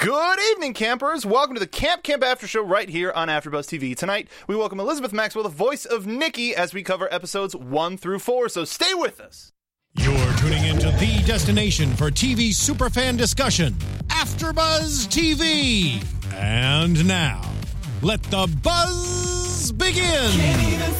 Good evening, campers. Welcome to the Camp Camp After Show right here on AfterBuzz TV. Tonight, we welcome Elizabeth Maxwell, the voice of Nikki, as we cover episodes one through four. So stay with us. You're tuning into the destination for TV superfan discussion, AfterBuzz TV. And now, let the buzz begin.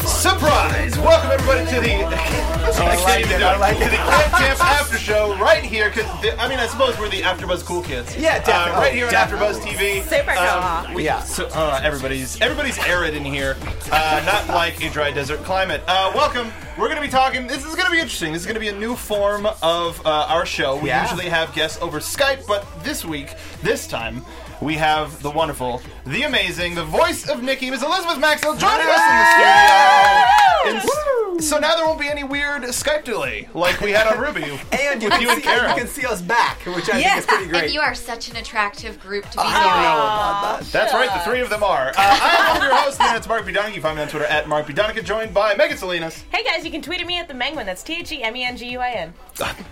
Surprise! Welcome everybody to the. I like it, I like To the Camp Camp After Show right here. 'cause the- I mean, I suppose we're the AfterBuzz cool kids. Yeah, definitely, Uh, right here on definitely. AfterBuzz TV. Super Um, cool. we- Yeah. So, uh, everybody's everybody's arid in here, uh, not like a dry desert climate. Uh, welcome. We're going to be talking. This is going to be interesting. This is going to be a new form of uh, our show. We Yeah. usually have guests over Skype, but this week, this time. We have the wonderful, the amazing, the voice of Nikki, Ms. Elizabeth Maxwell, joining us in the studio. And s- so now there won't be any weird Skype delay like we had on Ruby. And you With can, you and see, Karen. you can see us back, which I think Yeah. is pretty great. And you are such an attractive group to be Oh. I don't know about that. That's right, the three of them are. Uh, I am one of your hosts, and that's Mark B. Donica. You find me on Twitter at Mark B. Donica, joined by Megan Salinas. Hey guys, you can tweet at me at the Menguin. That's T H E M E N G U I N.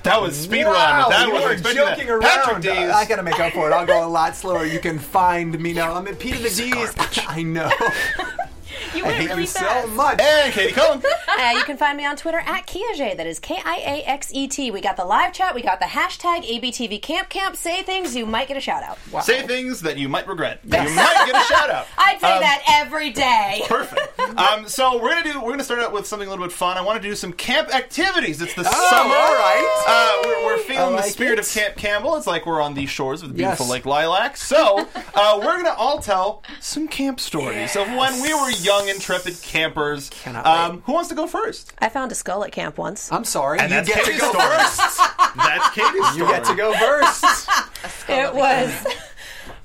That was speed Wow, run. That you was were expecting that. joking around. Patrick Days. I gotta make up for it. I'll go a lot slower. You can find me now. I'm at Peter the D's. I know. You I went hate really you fast. so much. and Katie Cullen. Uh, you can find me on Twitter at Kiaxet. That is K I A X E T. We got the live chat. We got the hashtag E ABTV Camp Camp. Say things you might get a shout out. Say things that you might regret. You might get a shout out. I'd Um, say that every day. Perfect. Um, so we're gonna do. We're gonna start out with something a little bit fun. I want to do some camp activities. It's the Oh, summer. all right. Uh, we're, we're feeling I the like spirit it. of Camp Campbell. It's like we're on the shores of the beautiful Yes. Lake Lilac. So uh, we're gonna all tell some camp stories of when we were young, intrepid campers. Cannot Um, who wants to go first? I found a skull at camp once. I'm sorry. And you that's get Katie's to go story. first. That's Katie's story. You get to go first. you. It was.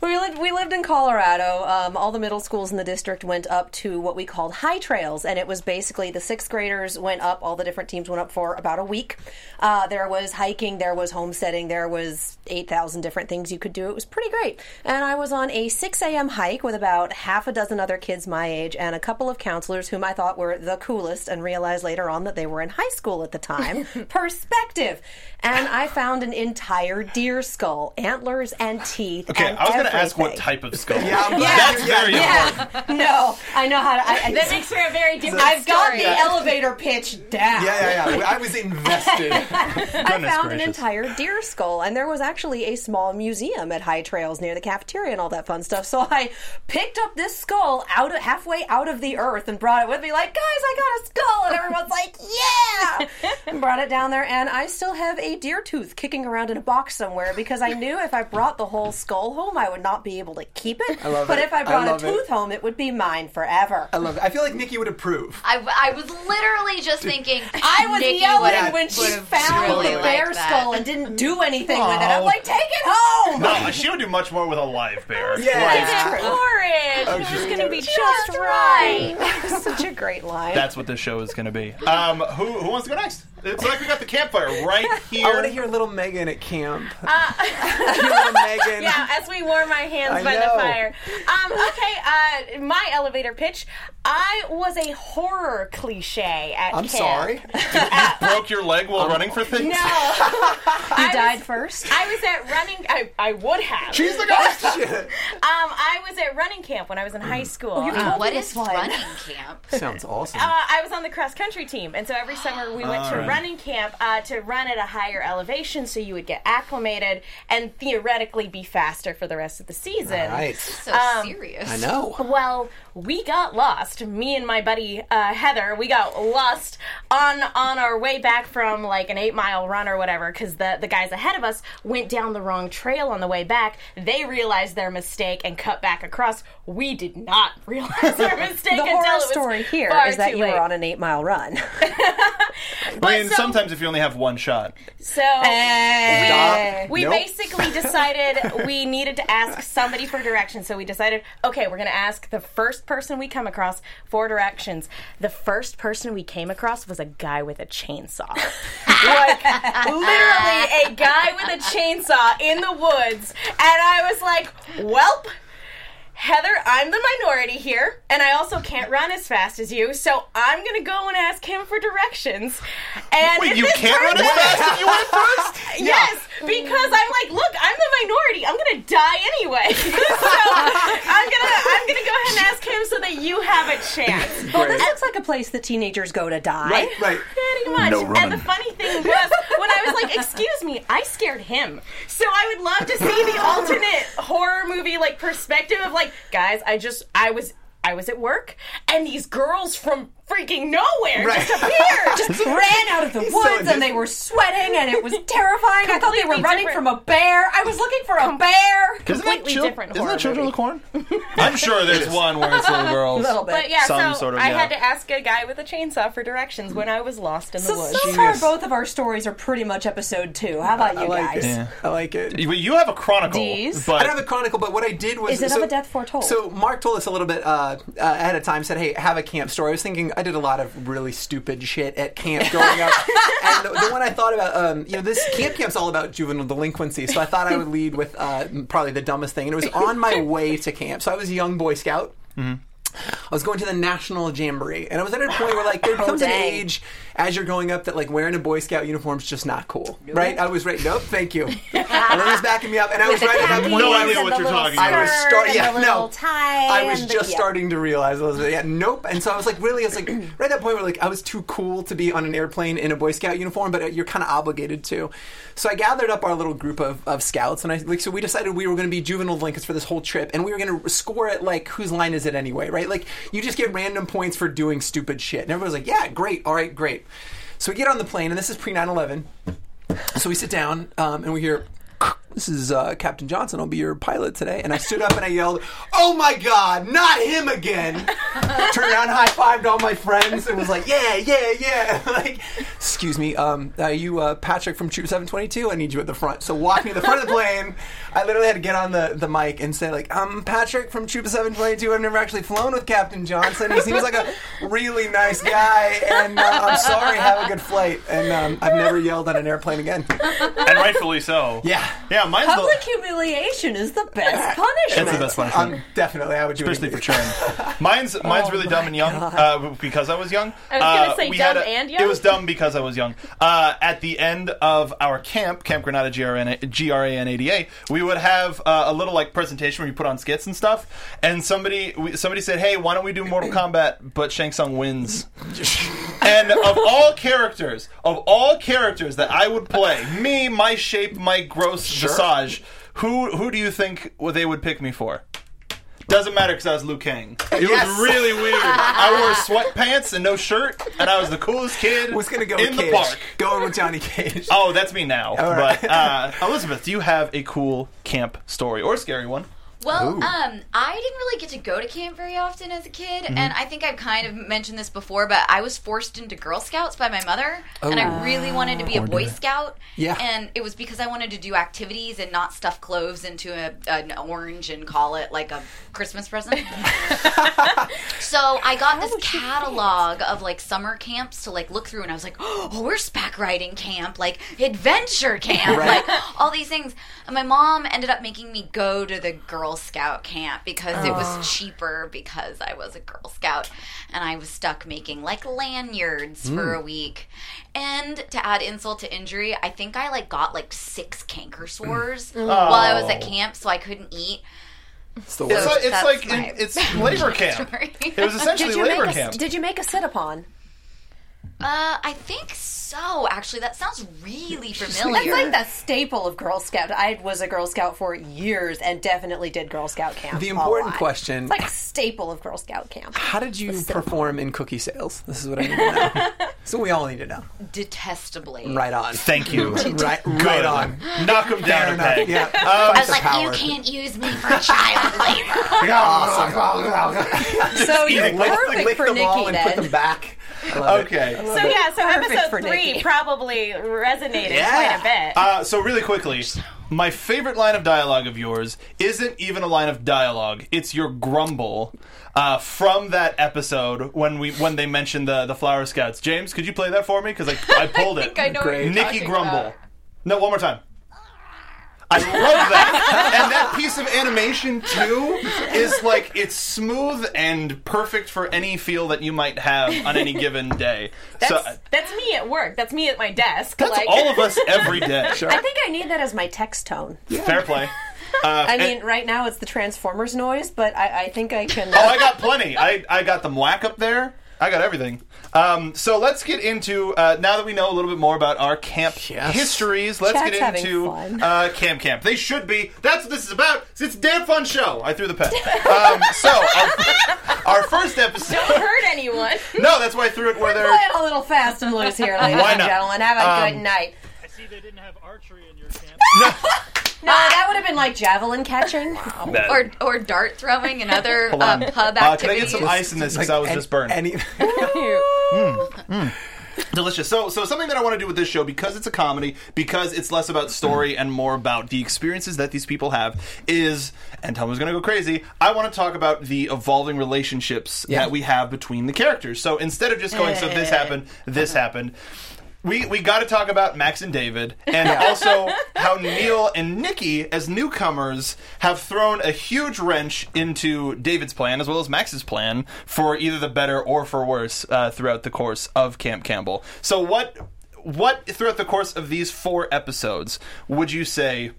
We lived, we lived in Colorado. Um, all the middle schools in the district went up to what we called high trails, and it was basically the sixth graders went up, all the different teams went up for about a week. Uh, there was hiking, there was homesteading, there was 8,000 different things you could do. It was pretty great. And I was on a 6 a.m. hike with about half a dozen other kids my age and a couple of counselors whom I thought were the coolest and realized later on that they were in high school at the time. Perspective. And I found an entire deer skull, antlers and teeth. Okay, and I was gonna ask everything. what type of skull. Yeah, I'm glad that's you're- yeah, very yeah. important. No, I know how to. I, I, That makes for a very different I've got story. the elevator pitch Yeah, down. yeah, yeah. I was invested. I Goodness found gracious. an entire deer skull, and there was actually a small museum at High Trails near the cafeteria and all that fun stuff. So I picked up this skull out of, halfway out of the earth and brought it with me, like, guys, I got a skull, and everyone's like, yeah, and brought it down there, and I still have a deer tooth kicking around in a box somewhere because I knew if I brought the whole skull home, I would not be able to keep it. love but it. if I I brought a love it. tooth home, it would be mine forever. I love it. I feel like Nikki would approve. I, I was literally just thinking. I was Nikki yelling would've- when she would've found really the liked bear that. skull and didn't do anything with it. I'm Oh. like, take it home. No, she would do much more with a live bear. Yeah. Porridge. Oh, It was going to be just right. right. Such a great line. That's what this show is going to be. Um, who, who wants to go next? It's like we got the campfire right here. I want to hear little Megan at camp. little Megan. Yeah, as we warm our hands I by know. the fire. Um, okay, uh, my elevator pitch. I was a horror cliche at I'm camp. sorry. Broke your leg while running for things. No, you died first. I was at running. I, I would have. She's the ghost. Shit. Um, I was at running camp when I was in high school. Um, told What me is this one. running camp? Sounds awesome. Uh, I was on the cross country team, and so every summer we went to running camp uh, to run at a higher elevation, so you would get acclimated and theoretically be faster for the rest of the season. All right. So Um, serious. I know. Well, we got lost. Me and my buddy uh, Heather, we got lost on on our way back from like an eight mile run or whatever, because the the guys ahead of us went down the wrong trail on the way back. They realized their mistake and cut back across. We did not realize our mistake. the until it horror was story here far is that too you late. were on an eight mile run. I mean, so- sometimes if you only have one shot. So Eh. Hey. we Nope. basically decided we needed to ask somebody for directions. So we decided, okay, we're going to ask the first person we come across for directions. The first person we came across was a guy with a chainsaw. like, literally, a guy with a chainsaw in the woods. And I was like, welp. Heather, I'm the minority here, and I also can't run as fast as you, so I'm gonna go and ask him for directions. And Wait, if you it can't run turns as out- fast if you went first? Yes, because I'm like, look, I'm the minority. I'm gonna die anyway. so I'm gonna I'm gonna go ahead and ask him so that you have a chance. Well, this looks like a place that teenagers go to die. Right, right. Pretty much. No and running. the funny thing was, when I was like, excuse me, I scared him. So I would love to see the alternate horror movie like perspective of like, guys, I just I was I was at work and these girls from freaking nowhere just appeared. Just ran out of the woods and they were sweating and it was terrifying. I thought they were Completely running different. from a bear. I was looking for a bear. Isn't that, Completely chil- different isn't horror that Children movie. of the Corn? I'm sure there's one where it's little girls. A little bit. But yeah, Some so sort of, I yeah. had to ask a guy with a chainsaw for directions when I was lost in the So, woods. so far, both of our stories are pretty much episode two. How about you I like guys? it. I like it. You- You have a chronicle, D's? but I don't have a chronicle, but what I did was Is it of a death foretold? So Mark told us a little bit uh, uh, ahead of time. Said, "Hey, have a camp story." I was thinking I did a lot of really stupid shit at camp growing up, and the, the one I thought about, um, you know, this camp camp's all about juvenile delinquency. So I thought I would lead with uh, probably the dumbest thing, and it was on my way to camp. So I was a young Boy Scout. I was going to the national jamboree, and I was at a point where like there comes an Oh, dang. age as you're growing up that like wearing a Boy Scout uniform's just not cool, right? I was right. Nope, thank you. Elena's backing me up, and I was the right at that khakis point. No where I idea was- what you're talking about. I was skirt start- and yeah, the little no. tie I was and the- just yeah. starting to realize I was like, yeah, nope. And so I was like, really, I was like, right at that point where like I was too cool to be on an airplane in a Boy Scout uniform, but uh, you're kind of obligated to. So I gathered up our little group of, of scouts, and I like so we decided we were going to be juvenile delinquents for this whole trip, and we were going to score it like whose line is it anyway, right? Like you just get random points for doing stupid shit, and everyone was like, yeah, great, all right, great. So we get on the plane, and this is pre 9 11. So we sit down um, and we hear, "This is uh, Captain Johnson. I'll be your pilot today." And I stood up and I yelled, "Oh my God, not him again!" Turned around, high fived all my friends, and was like, "Yeah, yeah, yeah!" like, excuse me, um, are you uh, Patrick from Troop Seven Twenty Two? I need you at the front. So walk me to the front of the plane. I literally had to get on the, the mic and say, "Like, I'm Patrick from Troop Seven Twenty Two. I've never actually flown with Captain Johnson. He seems like a really nice guy, and uh, I'm sorry. Have a good flight." And um, I've never yelled on an airplane again. and rightfully so. Yeah. yeah. Mine's Public the, humiliation is the best punishment. that's the best one. Um, definitely, I would do Especially it. for again. children. Mine's mine's really dumb and young uh, because I was young. Uh, I was gonna say dumb and young. It was dumb because I was young. Uh, at the end of our camp, Camp Granada GRN, GRAN 88, we would have uh, a little like presentation where you put on skits and stuff. And somebody we, somebody said, "Hey, why don't we do Mortal Kombat?" But Shang Tsung wins. and of all characters, of all characters that I would play, me, my shape, my gross visage, who who do you think they would pick me for? Doesn't matter because I was Liu Kang. It Yes. was really weird. I wore sweatpants and no shirt, and I was the coolest kid Was gonna go in with the Cage. park. Going with Johnny Cage. Oh, that's me now. right. But uh, Elizabeth, do you have a cool camp story or scary one? Well, um, I didn't really get to go to camp very often as a kid, Mm-hmm. and I think I've kind of mentioned this before, but I was forced into Girl Scouts by my mother, Oh. and I really wanted to be a Boy Scout. Yeah. and it was because I wanted to do activities and not stuff cloves into a, an orange and call it like a Christmas present. so I got this catalog of like summer camps to like look through, and I was like, oh, horseback riding camp, like adventure camp, Right. like all these things. And my mom ended up making me go to the Girl Scout camp because it was cheaper because I was a Girl Scout, and I was stuck making like lanyards for a week. And to add insult to injury, I think I like got like six canker sores while I was at camp, so I couldn't eat. It's the It's Oh, worst. like, it's, that's like my- it's labor camp. Sorry. It was essentially Did you, labor make a, camp. did you make a sit upon? Uh, I think so. Actually, that sounds really Oh, That's familiar. like the staple of Girl Scout. I was a Girl Scout for years and definitely did Girl Scout camp. The a important lot. question- It's like a staple of Girl Scout camp. How did you perform in cookie sales? This is what I need to know. so we all need to know. Detestably. Right on. Thank you. Right, Good. Um, right on. Knock them Fair down a enough. peg. Yeah. I was It's a like, power. you can't use me for child labor. So you're eating like- perfect Lick for them all Nikki and put them then. back. I love it. Okay. So yeah, so Perfect for episode three Nikki. probably resonated Yeah. quite a bit. Uh, so really quickly, my favorite line of dialogue of yours isn't even a line of dialogue. It's your grumble uh, from that episode when we when they mentioned the the flower scouts. James, could you play that for me? Because I, I pulled it. I know what you're Nikki talking grumble. about. No, one more time. I love that. and that piece of animation too is like it's smooth and perfect for any feel that you might have on any given day. That's, so that's me at work. That's me at my desk. uh, that's like, all of us every day. I think I need that as my text tone. Fair play. I mean, right now it's the Transformers noise, but I, I think I can. uh, Oh, I got plenty. I, I got the whack up there. I got everything. Um, so let's get into uh, now that we know a little bit more about our camp Yes. histories. Let's Chad's get having into fun. uh, camp camp. They should be. That's what this is about. It's a damn fun show. I threw the pet. Um, so our, our first episode. Don't hurt anyone. No, that's why I threw it where Play they're. it a little fast and loose here, ladies Why and not? gentlemen. Have a Um, good night. I see they didn't have archery in your camp. No, Uh, that would have been like javelin catching. or or dart throwing and other Hold on. um, pub Uh, can I get activities. some ice in this? Because I was just burned. Any, Delicious. So, so something that I want to do with this show because it's a comedy, because it's less about story and more about the experiences that these people have is, and Tom was going to go crazy. I want to talk about the evolving relationships Yeah. that we have between the characters. So instead of just going, so this happened, this happened. We, we got to talk about Max and David, and also how Neil and Nikki, as newcomers, have thrown a huge wrench into David's plan as well as Max's plan for either the better or for worse uh, throughout the course of Camp Campbell. So, what what throughout the course of these four episodes would you say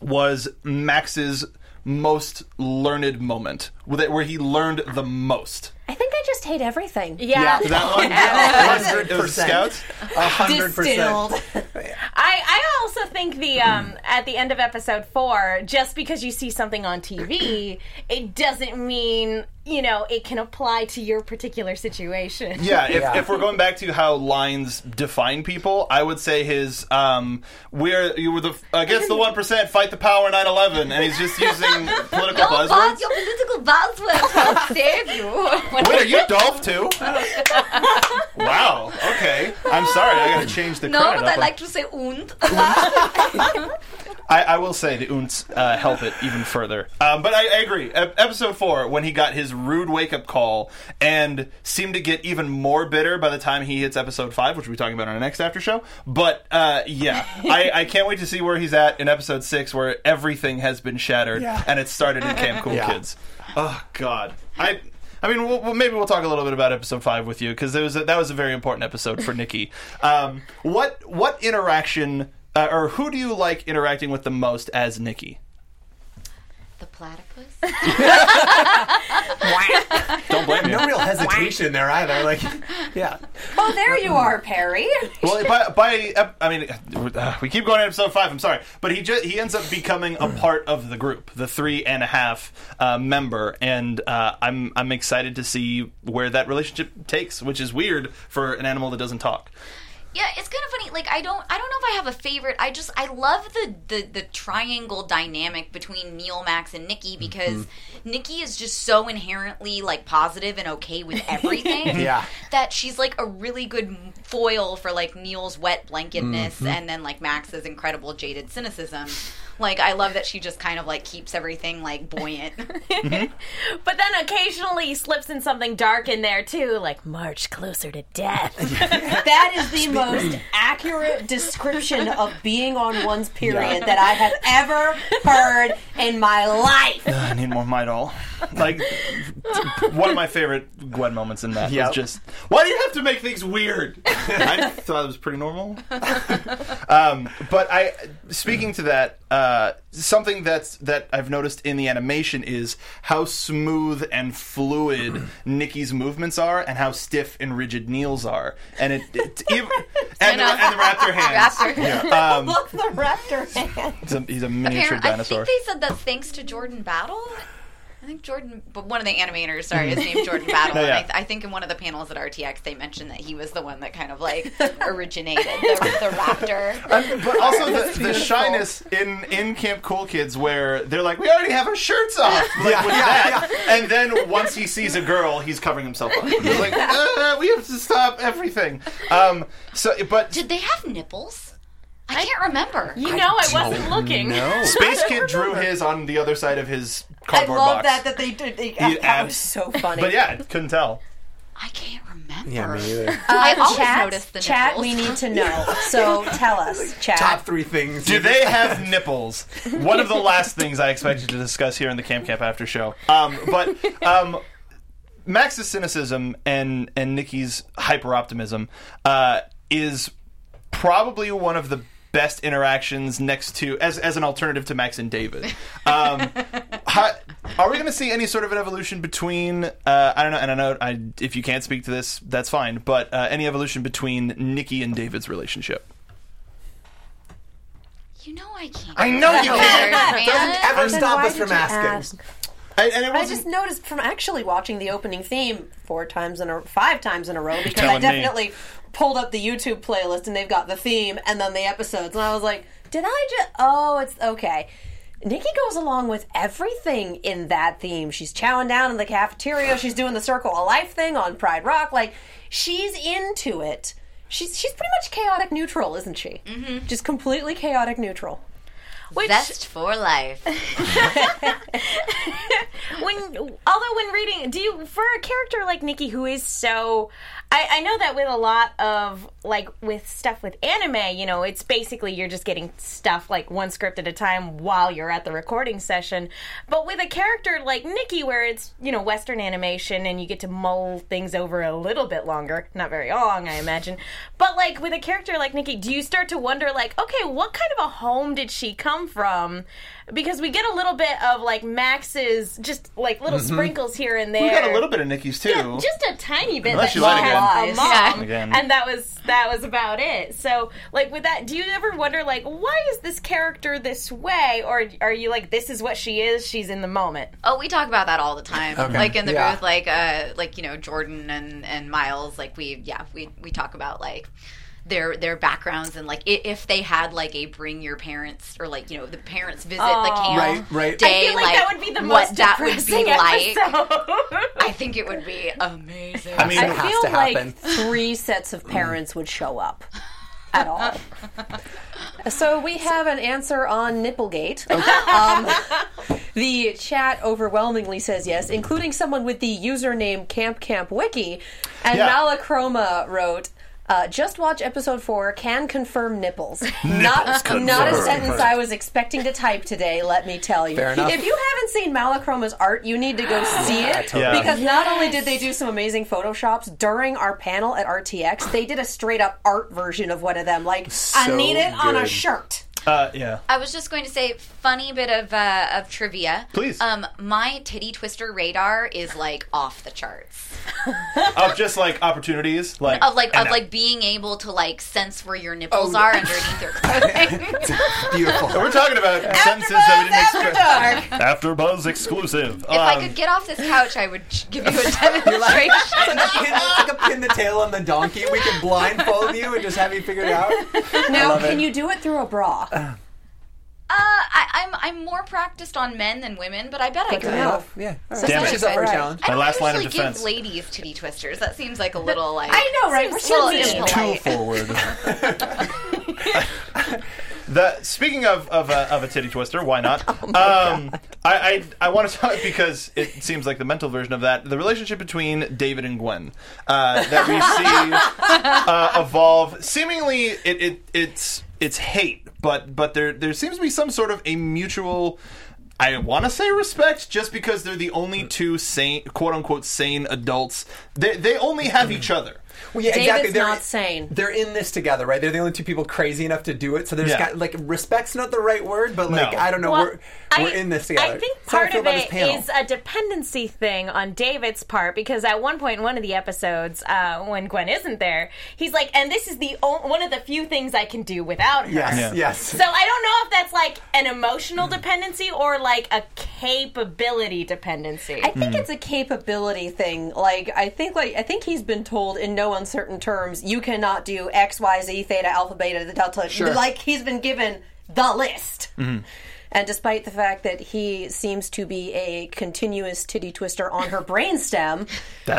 was Max's most learned moment, where where he learned the most? I think I just hate everything. Yeah. That one, hundred It was percent, Scouts. hundred percent. I, I also think the um, at the end of episode four, just because you see something on TV, it doesn't mean you know it can apply to your particular situation. Yeah, if, if we're going back to how lines define people, I would say his um, we're you were the against the one percent, fight the power, 9-11. and he's just using political Don't buzzwords. buzz your political buzzwords. I'll save you. Wait, are you Dolph too? wow. Okay. I'm sorry. I got to change the No, credit but up. I like to say und. I, I will say the Unts uh, help it even further. Um, but I, I agree. E- episode four, when he got his rude wake up call and seemed to get even more bitter by the time he hits episode five, which we'll be talking about on our next after show. But uh, yeah, I, I can't wait to see where he's at in episode six, where everything has been shattered and it started in Camp Cool Yeah. Kids. Oh God, I. I mean, we'll, we'll- maybe we'll talk a little bit about episode five with you because was a, that was a very important episode for Nikki. Um, what what interaction uh, or who do you like interacting with the most as Nikki? the platypus. Don't blame No real hesitation there either. Like, yeah, Oh, there Mm. you are, Perry. well, by, by ep- I mean, uh, we keep going to episode five. I'm sorry, but he just he ends up becoming Hmm. a part of the group, the three and a half uh, member, and uh, I'm I'm excited to see where that relationship takes, which is weird for an animal that doesn't talk. Yeah, it's kind of funny. Like I don't, I don't know if I have a favorite. I just, I love the the, the triangle dynamic between Neil, Max, and Nikki because Nikki is just so inherently like positive and okay with everything. Yeah. that she's like a really good foil for like Neil's wet blanketness and then like Max's incredible jaded cynicism. Like I love that she just kind of like keeps everything like buoyant. But then occasionally slips in something dark in there too, like march closer to death. That is the most accurate description of being on one's period that I have ever heard in my life. I need more my doll. Like one of my favorite Gwen moments in that Yep. was just why do you have to make things weird? I thought it was pretty normal. um, but I, speaking to that, uh, something that's that I've noticed in the animation is how smooth and fluid Nikki's movements are, and how stiff and rigid Neil's are, and it, it even, and, the, know. and the raptor hands. Raptor. Um, Look, the raptor hand. he's, a, he's a miniature Apparent- I dinosaur. think they said that's thanks to Jordan Battle. I think Jordan, but one of the animators, sorry, is named Jordan Battle. No, yeah. and I, th- I think in one of the panels at RTX, they mentioned that he was the one that kind of like originated the, the raptor. But also the, the shyness in in Camp Cool Kids, where they're like, we already have our shirts off, like with that. And then once he sees a girl, he's covering himself up. He's like, uh, we have to stop everything. Um, so, but Did they have nipples? I can't remember. You know, I, wasn't looking. Space Kid drew his on the other side of his I cardboard box. love that that they did. They, You that abs- was so funny. but yeah, couldn't tell. I can't remember. Yeah, me either. I always chat, notice the chat nipples. we need to know. So tell us, chat. Top three things. Do they have nipples? One of the last things I expected to discuss here in the Camp Camp After Show. Um, but um, Max's cynicism and and Nikki's hyper optimism uh, is probably one of the best interactions next to as as an alternative to Max and David. Um, how, are we going to see any sort of an evolution between uh, I don't know, and I know I, if you can't speak to this, that's fine. But uh, any evolution between Nikki and David's relationship? You know I can't. I know you remember, can. man. Ever Then stop why us did from you asking. ask? And, and it I wasn't- just noticed from actually watching the opening theme four times in a five times in a row because I telling me. definitely pulled up the YouTube playlist and they've got the theme and then the episodes and I was like, did I just? Oh, it's okay. Nikki goes along with everything in that theme. She's chowing down in the cafeteria. She's doing the Circle of Life thing on Pride Rock. Like she's into it. She's she's pretty much chaotic neutral, isn't she? Mm-hmm. Just completely chaotic neutral. Which, Best for life. when although when reading do you for a character like nikki who is so I, I know that with a lot of like with stuff with anime you know it's basically you're just getting stuff like one script at a time while you're at the recording session but with a character like nikki where it's you know western animation and you get to mull things over a little bit longer not very long i imagine but like with a character like nikki do you start to wonder like okay what kind of a home did she come from because we get a little bit of like max's just like little sprinkles here and there Mm-hmm. We got a little bit of Nikki's too. yeah, just a tiny bit Unless you that she lied had a again. mom, Yeah. Again. and that was that was about it. So, like with that, do you ever wonder, like, why is this character this way, or are you like, this is what she is? She's in the moment. Oh, we talk about that all the time. Okay. Like in the Yeah. booth, like uh, like you know Jordan and and Miles. Like we yeah we we talk about like their their backgrounds and like i- if they had like a bring your parents or like you know the parents visit the camp Right, right. day. I feel like, that would be the what most that would be depressing like. episode. I think it would be amazing. I mean, I it has feel to happen. like three sets of parents would show up at all. So we have an answer on Nipplegate. Um, the chat overwhelmingly says yes, including someone with the username Camp Camp Wiki, and Yeah. Malachroma wrote. Uh, just watch episode four. Can confirm nipples. not not a confirmed. sentence I was expecting to type today. Let me tell you. Fair enough. If you haven't seen Malachroma's art, you need to go see it Yeah. because not only did they do some amazing photoshops during our panel at RTX, they did a straight up art version of one of them. Like, I So need it on a good. shirt. Uh, yeah. I was just going to say, funny bit of uh, of trivia. Please. um, my titty twister radar is like off the charts. of just like opportunities, like Of like and of that- like being able to like sense where your nipples Oh. are underneath your clothing. Beautiful. We're talking about senses that we didn't expect. After Buzz exclusive. Um, If I could get off this couch, I would ch- give you a demonstration. Pin- it's like a pin the tail on the donkey. We can blindfold you and just have you figure it out. Now, love can it. you do it through a bra? uh, I, I'm I'm more practiced on men than women, but I bet I could. Yeah, yeah. all right. Damn it. She's up for a Right. challenge. I My don't last line of usually give defense. ladies titty twisters. That seems like a little like I know, right? We're seems a little so mean. impolite. forward. The speaking of of a, of a titty twister, why not? um, I I, I want to talk because it seems like the mental version of that. The relationship between David and Gwen uh, that we see uh, evolve. Seemingly, it, it it's it's hate, but but there there seems to be some sort of a mutual. I want to say respect, just because they're the only two sane, quote unquote, sane adults. They they only have each other. Well, yeah, David's exactly. They're, not sane. They're in this together, right? They're the only two people crazy enough to do it. So there's Yeah. got like respect's not the right word, but like No. I don't know, Well, we're we're in this together. I think That's how I part feel of about this it panel. is uh, a dependency thing on David's part because at one point in one of the episodes, uh, when Gwen isn't there, he's like, "And this is the o- one of the few things I can do without her." yes, Yeah. yes. So I don't know if that's like an emotional dependency or like a capability dependency. I Mm. think it's a capability thing. Like, I think, like, I think he's been told in no uncertain terms, you cannot do X, Y, Z, theta, alpha, beta, delta. Sure. Mm-hmm. Like, he's been given the list. And despite the fact that he seems to be a continuous titty twister on her brainstem,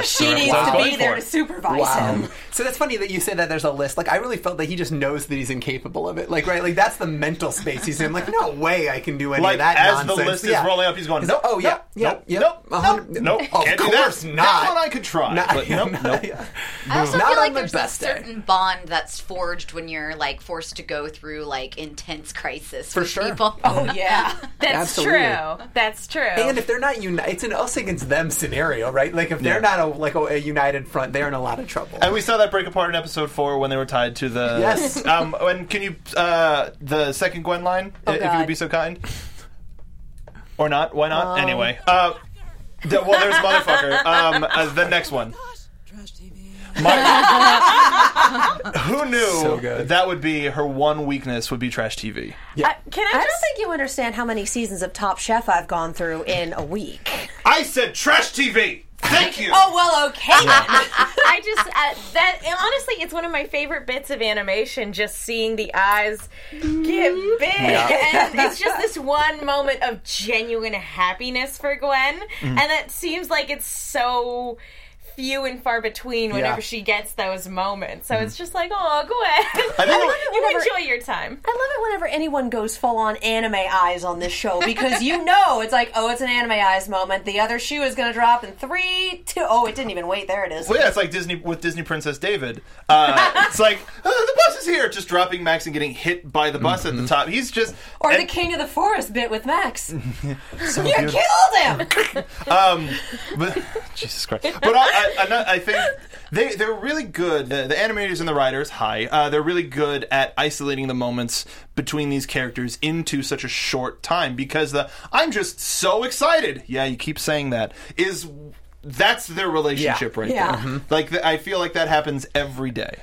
she needs what I was to be going there for. to supervise him. So that's funny that you say that there's a list. Like, I really felt that he just knows that he's incapable of it. Like, right? Like, that's the mental space he's in. Like, no way I can do any Like, of that as the nonsense. list is Yeah. rolling up, he's going, nope, oh, yeah. nope, yeah, nope, yeah, nope, a hundred- nope, Of can't do that. course not. That one I could try, Not- but nope, nope. Yeah. I also Not feel on like my there's a best day. certain bond that's forged when you're like forced to go through like intense crisis for with sure. people. Oh yeah. That's Absolutely. true. That's true. And if they're not united, it's an us against them scenario, right? Like if they're Yeah. not a, like a, a united front, they're in a lot of trouble. And we saw that break apart in episode four when they were tied to the. Yes. Um, and can you uh, the second Gwen line, i- if you Oh, God. Um. would be so kind, or not? Why not? Anyway. Uh, the, well, there's motherfucker. Um, uh, the next one. My, who So knew good. that would be her one weakness would be trash TV? Uh, can I I just don't think you understand how many seasons of Top Chef I've gone through in a week. I said trash TV. Thank you. Oh well, okay. I just uh, that and honestly, it's one of my favorite bits of animation. Just seeing the eyes get big, and it's just this one moment of genuine happiness for Gwen, Mm. and that seems like it's so few and far between whenever Yeah. she gets those moments. So it's just like, oh, Gwen, Mm-hmm. I think you enjoy your time. I love it whenever anyone goes full on anime eyes on this show because you know it's like, oh, it's an anime eyes moment. The other shoe is going to drop in three, two. Oh, it didn't even wait. There it is. Well, yeah, it's like Disney with Disney Princess David. Uh, it's like "Uh, the bus is here, just dropping Max and getting hit by the bus at the top. He's just Or the and- King of the Forest bit with Max. so You beautiful. killed him. Um, but, Jesus Christ! But I, I, I, know- I think they they're really good. The, the animators and the writers, hi, uh, they're really good at isolating the moments between these characters into such a short time because the I'm just so excited. Yeah, you keep saying that is. That's their relationship right Yeah. there. Like th- I feel like that happens every day.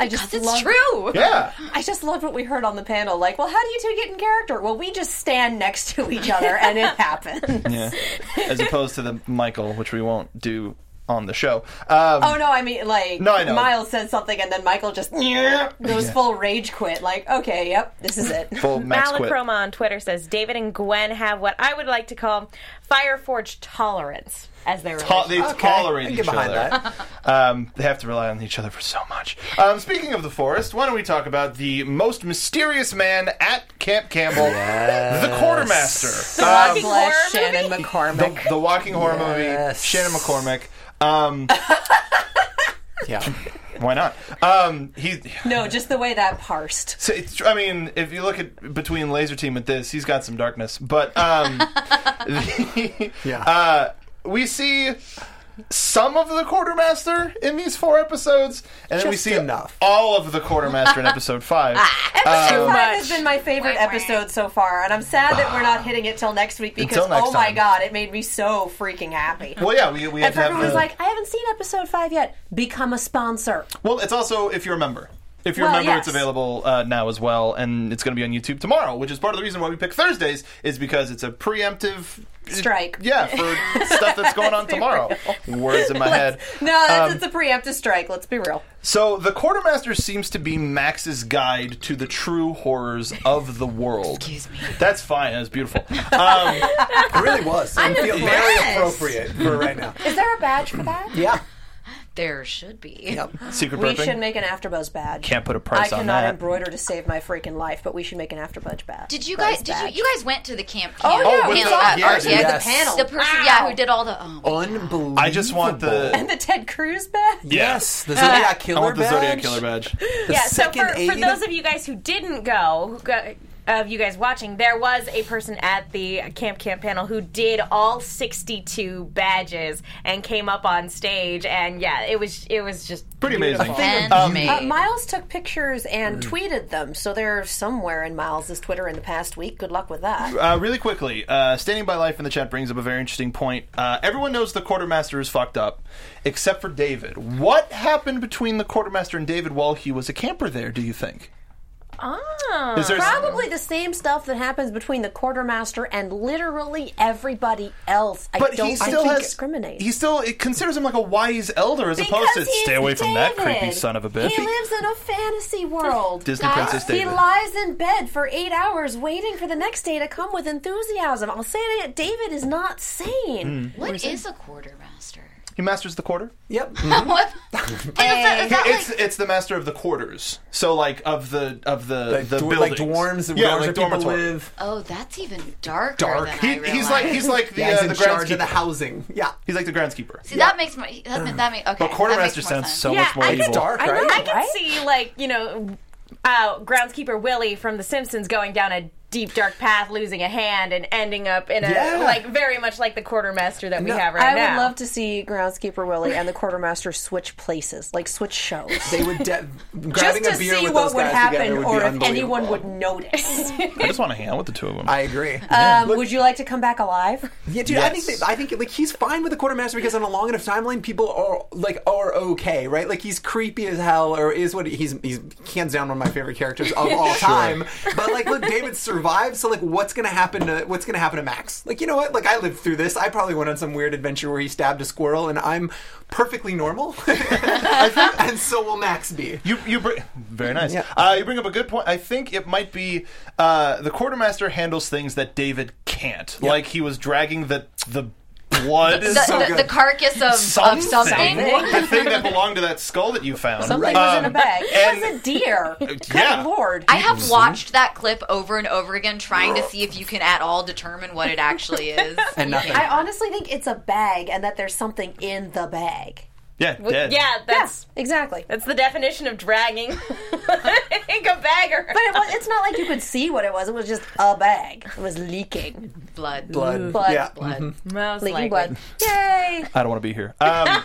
I just it's love- true. Yeah. I just loved what we heard on the panel. Like, well, how do you two get in character? Well, we just stand next to each other and it happens. Yeah. As opposed to the Michael, which we won't do on the show. Um, Oh no, I mean like No, I know. Miles said something and then Michael just goes full rage quit. Like, okay, yep, this is it. full Max quit. Malachroma on Twitter says David and Gwen have what I would like to call Fireforge tolerance as their To- relationship. they tolerate I can each get behind other. Um, they have to rely on each other for so much. Um, speaking of the forest, why don't we talk about the most mysterious man at Camp Campbell, the quartermaster, Uh, God Walking bless Horror Shannon McCormick. the, the walking horror Yes. movie, Shannon McCormick. Um, yeah. why not? Um, he. No, just the way that parsed. So it's, I mean, if you look at between Laser Team at this, he's got some darkness. But um, the- Yeah. uh, we see some of the quartermaster in these four episodes, and then we Just see enough. all of the quartermaster in episode five. Episode Um, five has been my favorite episode so far, and I'm sad that we're not hitting it till next week because Until next oh my time. god, it made me so freaking happy. well, yeah, we we had If to have everyone's the- like, I haven't seen episode five yet, become a sponsor. well, it's also if you're a member. If you're Well, a member, yes. it's available uh, now as well, and it's going to be on YouTube tomorrow, which is part of the reason why we pick Thursdays, is because it's a preemptive Strike. Yeah, for stuff that's going on tomorrow. Words in my head. No, that's, Um, it's a preemptive strike. Let's be real. So the quartermaster seems to be Max's guide to the true horrors of the world. Excuse me. That's fine. That was beautiful. Um, It really was. I feel very impressed. appropriate for right now. Is there a badge for that? Yeah. There should be. secret We burping. should make an AfterBuzz badge. Can't put a I price on cannot that. embroider to save my freaking life, but we should make an AfterBuzz badge. Did you guys? Buzz Did you? badge. You guys went to the camp? Oh, camp yeah, we panel saw at it. Yeah, RTX. yes. The panel. The person, Wow. yeah, who did all the. Oh, Unbelievable. I just want the the Ted Cruz badge? Yes, the Zodiac Killer I want the badge. Zodiac Killer badge. The yeah, so second for, aid. for those of you guys who didn't go, who go of you guys watching, there was a person at the Camp Camp panel who did all 62 badges and came up on stage and yeah, it was it was just Pretty amazing. and made. Uh, Miles took pictures and Mm. tweeted them, so they're somewhere in Miles's Twitter in the past week. Good luck with that. Uh, really quickly, uh, Standing by Life in the chat brings up a very interesting point. Uh, everyone knows the quartermaster is fucked up, except for David. What happened between the quartermaster and David while he was a camper there, do you think? Ah. Is there Probably the same stuff that happens between the quartermaster and literally everybody else. I But don't he still think has. discriminate. He still it considers him like a wise elder as opposed to Because he's stay away from that David. creepy son of a bitch. He lives in a fantasy world. Disney Guys, Princess he David. lies in bed for eight hours waiting for the next day to come with enthusiasm. I'll say it, David is not Hmm. sane. What is a quartermaster? He masters the quarter. Yep. Mm-hmm. What? Is that, is that It's like, it's the master of the quarters. So like of the of the Like, the dwar- like buildings. dorms, yeah, where like other people dormitory. live. oh, that's even darker Dark. than I He, realized. he's like he's like the Yeah, he's uh, in the charge of the groundskeeper. housing. Yeah. He's like the groundskeeper. See, that makes my that, ma- that make, okay. But quartermaster that makes more sounds sense. so Yeah, much more I evil. think- Dark, I know. right? I can Right? see like you know, uh, groundskeeper Willie from The Simpsons going down a deep dark path, losing a hand, and ending up in a Yeah. like very much like the quartermaster that we have right I now. would love to see groundskeeper Willie and the quartermaster switch places, like switch shows, They would de- just grabbing to a beer see with what those would guys happen together would be or if unbelievable. anyone would notice. I just want to hang out with the two of them. I agree. um, would you like to come back alive? Yeah, dude, I think Yes. that, I think like he's fine with the quartermaster because on a long enough timeline, people are like are okay, right? Like he's creepy as hell, or is what he's he's hands down one of my favorite characters of all time. But like, look, David survived, so like, what's gonna happen to what's gonna happen to Max? Like, you know what? Like, I lived through this. I probably went on some weird adventure where he stabbed a squirrel, and I'm perfectly normal. and so will Max be. You you bring very nice. Yeah. Uh, you bring up a good point. I think it might be uh, the quartermaster handles things that David can't. Like he was dragging the the blood. The, so the- good. the carcass of something, of something. the thing that belonged to that skull that you found. Something was in a Um, bag. It and- was a deer. Good yeah. lord. I have watched that clip over and over again, trying to see if you can at all determine what it actually is. And nothing. I honestly think it's a bag and that there's something in the bag. Yeah, dead. yeah, that's yeah, exactly. that's the definition of dragging like a bagger. But it was, it's not like you could see what it was. It was just a bag. It was leaking. Blood. blood. Blood. Yeah. Blood. Most Leaking likely. blood. Yay! I don't want to be here. Um,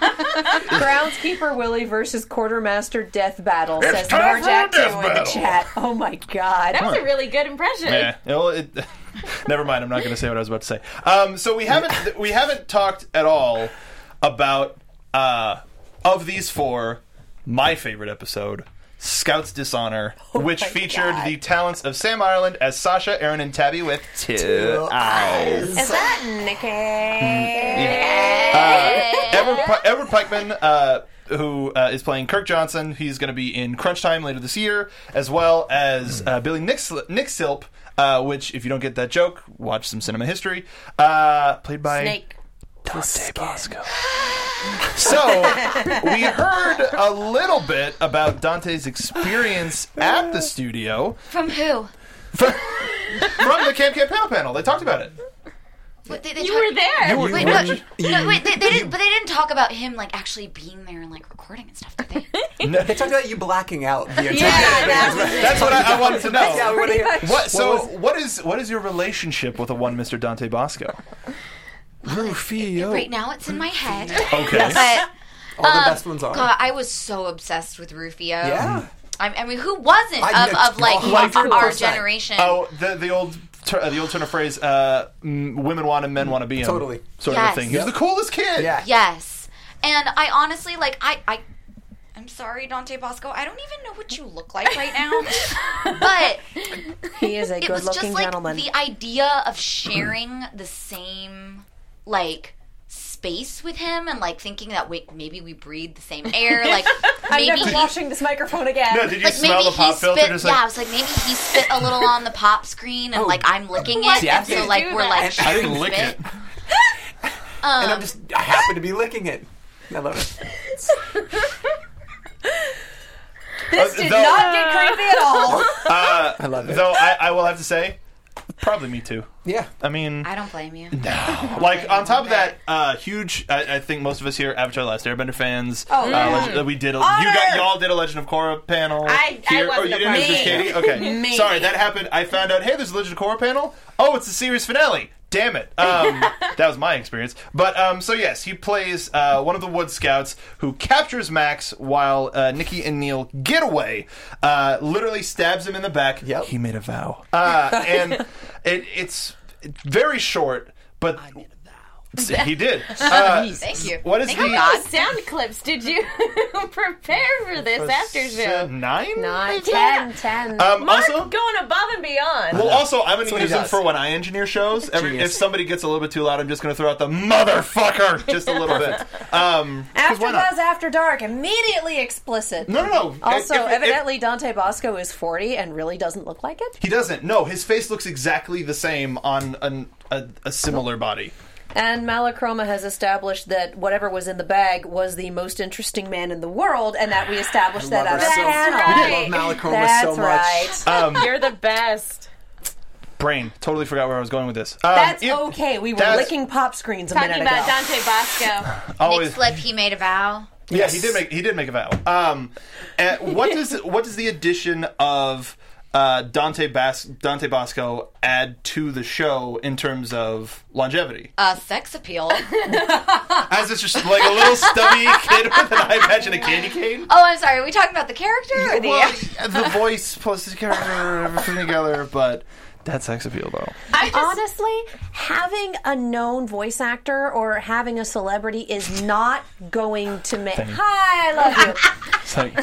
Groundskeeper Willie versus Quartermaster Death Battle, says time for a Norjack death 2 in the battle. chat. Oh my god. That was a really good impression. yeah. Well, it, never mind. I'm not going to say what I was about to say. Um, so we haven't we haven't talked at all about uh, of these four. My favorite episode. Scouts Dishonor, which my featured God. the talents of Sam Ireland as Sasha, Aaron, and Tabby with two, eyes. Is that Mm, Nikki? Uh, Edward, Pi- Edward Pikeman, uh, who uh, is playing Kirk Johnson, he's going to be in Crunch Time later this year, as well as uh, Billy Nix- Nixilp, uh, which, if you don't get that joke, watch some cinema history. Uh, played by Snake. Dante Bosco. So we heard a little bit about Dante's experience at the studio From who? from the Camp Campano panel. They talked about it. What, they, they You talk- were there. You were wait, no, no, wait, they, they didn't, but they didn't talk about him like actually being there and like recording and stuff, did they? They talked about you blacking out the entire Yeah, that was- That's what I, I wanted to know. Yeah, we wanna hear- What? So, was- what is what is your relationship with the one Mr. Dante Bosco? Right now, it's in my head. Okay. But all the um, best ones are. God, I was so obsessed with Rufio. Yeah. I, I mean, who wasn't I- of, of like like, our- our 100%. generation? Oh, the the old tur- uh, the old turn of phrase: uh, mm, "Women want him, men want to be him." Totally. Sort Yes. of a thing. He's the coolest kid. Yeah. Yes. And I honestly like I I I'm sorry, Dante Bosco. I don't even know what you look like right now. but He is a it was good just looking like gentleman. the idea of sharing the same like space with him and like thinking that wait maybe we breathe the same air like I'm maybe never he washing this microphone again. No, did you like smell maybe the he pop filter? spit Just yeah I like, was like maybe he spit a little on the pop screen and like I'm licking it and so definitely. like we're like And- Oh. I sharing didn't lick spit. it. and I'm just I happen to be licking it. I love it. this did uh, though- uh, not get creepy at all. I love it. Though I, I will have to say, probably me too. yeah. I mean, I don't blame you. like on top of that, uh, huge. I, I think most of us here, Avatar: The Last Airbender fans. Oh, uh, Leg- we did. A, you got Honor! y'all did a Legend of Korra panel. I- I here. oh, wasn't you a didn't. It was part just of it. Katie. Okay, Me. sorry, that happened. I found out. Hey, there's a Legend of Korra panel. Oh, it's the series finale. Damn it. Um, that was my experience. But um, so yes, he plays uh, one of the Wood Scouts who captures Max while uh, Nikki and Neil get away. Uh, literally stabs him in the back. Yep. He made a vow. Uh, and it, it's very short, but he did. Uh, Thank you. what is Thank the- you, God. Sound clips. Did you prepare for this after s- show? nine. Nine, Yeah. ten, ten. Um, Mark also, going above and beyond. well, also, I'm going to what he use them does. for when I engineer shows. Every, if Genius. somebody gets a little bit too loud, I'm just going to throw out the motherfucker just a little bit. Um, 'cause After why not? Buzz After Dark, immediately explicit. No, no, no. Also, If- if- if- evidently Dante Bosco is 40 and really doesn't look like it. he doesn't. No, his face looks exactly the same on an, a, a similar body. And Malachroma has established that whatever was in the bag was the most interesting man in the world, and that we established that out Love of her so- panel. right. I love Malachroma That's so much. right. um, You're the best. Brain. Totally forgot where I was going with this. Um, That's it- okay. We were that's- licking pop screens a Talking minute ago. about Dante Bosco. Nick Always. slip. He made a vow. Yeah, he did make he did make a vow. Um, and what does what does the addition of uh, Dante Bas- Dante Bosco add to the show in terms of longevity? Uh, sex appeal. oh, As it's just like a little stubby kid with an eye patch and a candy cane. Oh, I'm sorry. Are we talking about the character or the? Well, the voice plus the character, everything together, but that sex appeal though. I just Honestly, having a known voice actor or having a celebrity is not going to make. Hi, I love you. It's like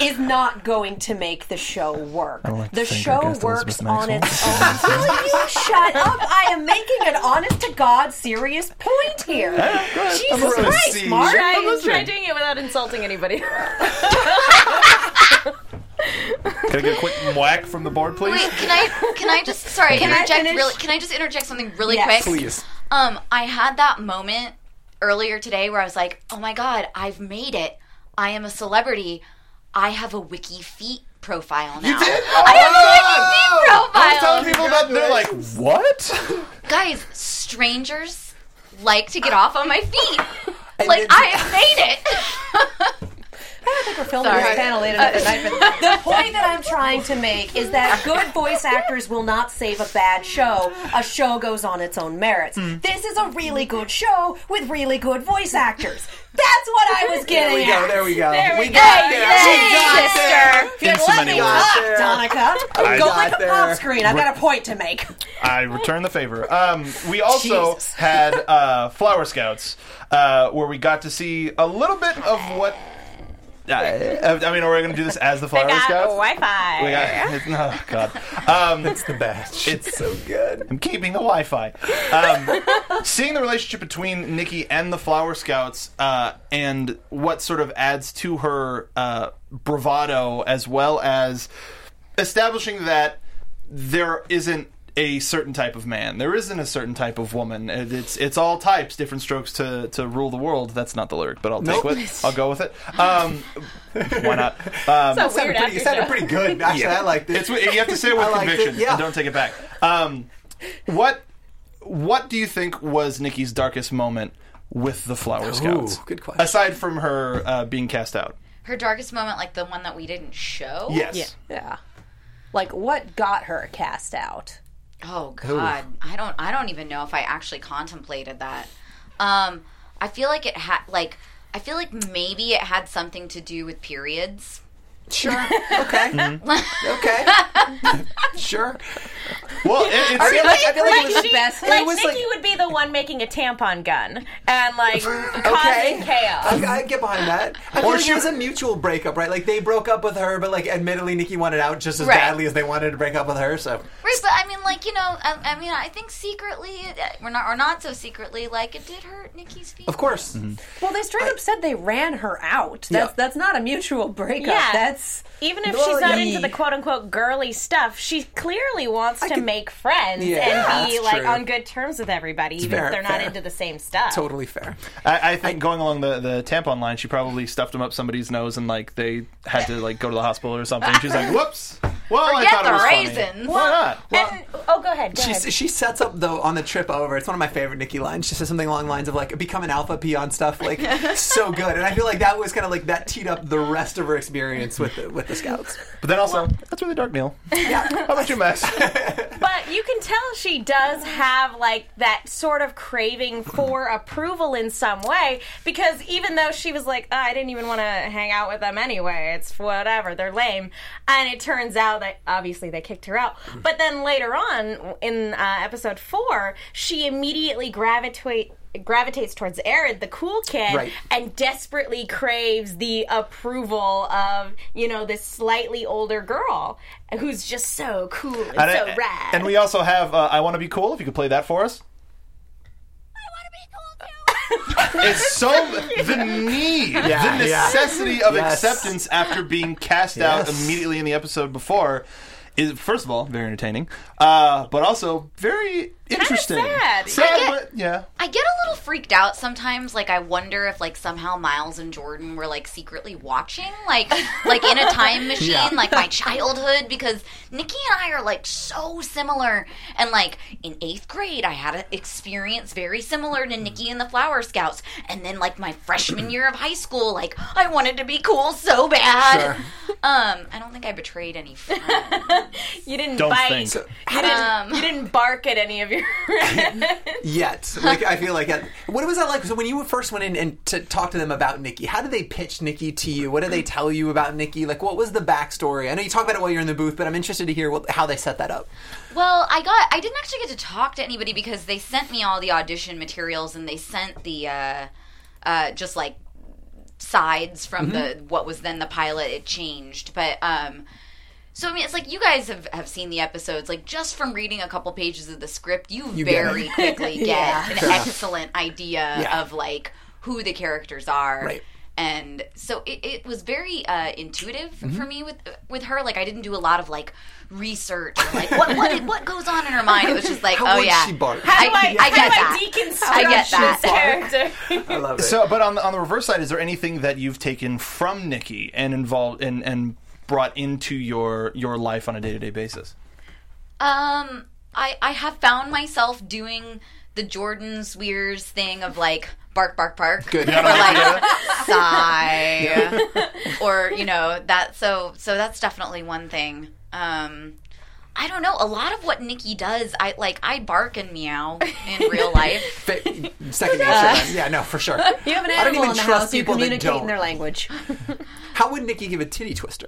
is not going to make the show work. like to the think show against works Elizabeth on Maxwell. its own. Will you shut up? I am making an honest to God serious point here. Jesus gonna Christ, see. Mark. try, try doing it without insulting anybody. Can I get a quick whack from the board, please? Wait, can I can I just sorry interject finish? really can I just interject something really Yes. quick? Please. Um, I had that moment earlier today where I was like, "Oh my god, I've made it! I am a celebrity. I have a wiki feet profile now." You did? I have Oh! I was a telling wiki feet people profile. about, and they're like, "What?" Guys, strangers like to get off on my feet. did- Like I have made it. I think we're filming Sorry. this panel late enough at night, but the point that I'm trying to make is that good voice actors will not save a bad show. A show goes on its own merits. Hmm. This is a really good show with really good voice actors. That's what I was There we getting go. at. There we go. we we go. got there. Yay, We got there. In so many words. Fuck, there. Donica. Go got like a pop there. screen. I've got a point to make. I return the favor. Um, we also Jesus. had uh, Flower Scouts, uh, where we got to see a little bit of what. I, I mean, are we going to do this as the Flower got Scouts? Wi-Fi. We got- it's- oh God! Um, It's the best. It's- It's so good. I'm keeping the Wi-Fi. Um, seeing the relationship between Nikki and the Flower Scouts, uh, and what sort of adds to her uh, bravado, as well as establishing that there isn't a certain type of man, there isn't a certain type of woman. It- It's it's all types, different strokes to to rule the world. That's not the lyric, but I'll take Nope. it. I'll go with it. Um, why not? Um, so Sounded weird pretty, after it sounded show. pretty good. Actually, I like this. it's you have to say it with I liked it, conviction yeah. and don't take it back. Um, what what do you think was Nikki's darkest moment with the Flower Scouts? good question. Aside from her uh, being cast out. Her darkest moment, like the one that we didn't show. Yes. Yeah. Like, what got her cast out? Oh God, I don't. I don't even know if I actually contemplated that. Um, I feel like it had like. I feel like maybe it had something to do with periods. Sure. Okay. Okay. sure. Well, it, it's, I feel like, I feel like it was Like the she- best. Like it was Nikki like, would be the one making a tampon gun and like causing chaos. I, I get behind that. I Or or she- she was a mutual breakup, right? Like they broke up with her, but like admittedly, Nikki wanted out just as Right. badly as they wanted to break up with her. So Right, but I mean, like you know, um, I, I mean, I think secretly, it, we're not, or not so secretly, like it did hurt Nikki's feet. of course, Mm-hmm. Well, they straight up said they ran her out. That's Yeah. that's not a mutual breakup. Yeah. That's Even if Well, she's not yeah. into the quote unquote girly stuff, she clearly wants to could- make friends Yeah, and be that's like true. on good terms with everybody, even if fair, they're not fair. into the same stuff. totally fair. I, I think going along the, the tampon line, she probably stuffed him up somebody's nose and like they had to like go to the hospital or something. She's like, "Whoops." Well, I Forget thought it the was funny." raisins. Why not? And oh, go ahead. Go She, ahead. she sets up though on the trip over. It's one of my favorite Nikki lines. She says something along the lines of like "become an alpha peon" stuff, like so good. And I feel like that was kind of like that teed up the rest of her experience with the, with the scouts. But then also, that's really dark, Neil. How about you, Max? But you can tell she does have like that sort of craving for approval in some way because even though she was like, oh, I didn't even want to hang out with them anyway, it's whatever, they're lame. And it turns out that obviously they kicked her out. But then later on in uh, episode four, she immediately gravitate gravitates towards Arid, the cool kid, Right. and desperately craves the approval of you know this slightly older girl who's just so cool and, And, so I- rad. and we also have uh, I Want to Be Cool, if you could play that for us. It's so the need, Yeah, the yeah. necessity of Yes. acceptance after being cast out Yes. immediately in the episode before is first of all very entertaining, uh, but also very interesting. sad. sad I but yeah. I get a little freaked out sometimes. Like I wonder if like somehow Miles and Jordan were like secretly watching, like like in a time machine, Yeah. like my childhood. Because Nikki and I are like so similar, and like in eighth grade, I had an experience very similar to Nikki and the Flower Scouts. And then like my freshman year of high school, like I wanted to be cool so bad. Sure. Um, I don't think I betrayed any friends. you didn't Don't bite. think. You didn't, Um, you didn't bark at any of your. Yet, like I feel like, that, what was that like? So when you first went in and to talk to them about Nikki, how did they pitch Nikki to you? What did they tell you about Nikki? Like, what was the backstory? I know you talk about it while you're in the booth, but I'm interested to hear what, how they set that up. Well, I got I didn't actually get to talk to anybody because they sent me all the audition materials and they sent the uh, uh, just like sides from Mm-hmm. the what was then the pilot. It changed, but um, so I mean, it's like you guys have, have seen the episodes. Like just from reading a couple pages of the script, you, get very it. quickly get an excellent idea Yeah. of like who the characters are. Right. And so it, it was very uh, intuitive Mm-hmm. for me with with her. Like I didn't do a lot of like research, or, like what what what goes on in her mind. It was just like, How oh would yeah, she bark? I, How do I, I get how do that. I I get that. deconstruct this character? I love it. So, but on the, on the reverse side, is there anything that you've taken from Nikki and involved and and brought into your your life on a day to day basis? Um, I I have found myself doing the Jordan Swears thing of like bark bark bark, Good. or like sigh, or you know that. So so that's definitely one thing. Um. I don't know. A lot of what Nikki does, I like. I bark and meow in real life. Fa- second nature. Yeah, no, for sure. You have an don't animal even in the trust house. You people that communicate in don't. their language How would Nikki give a titty twister?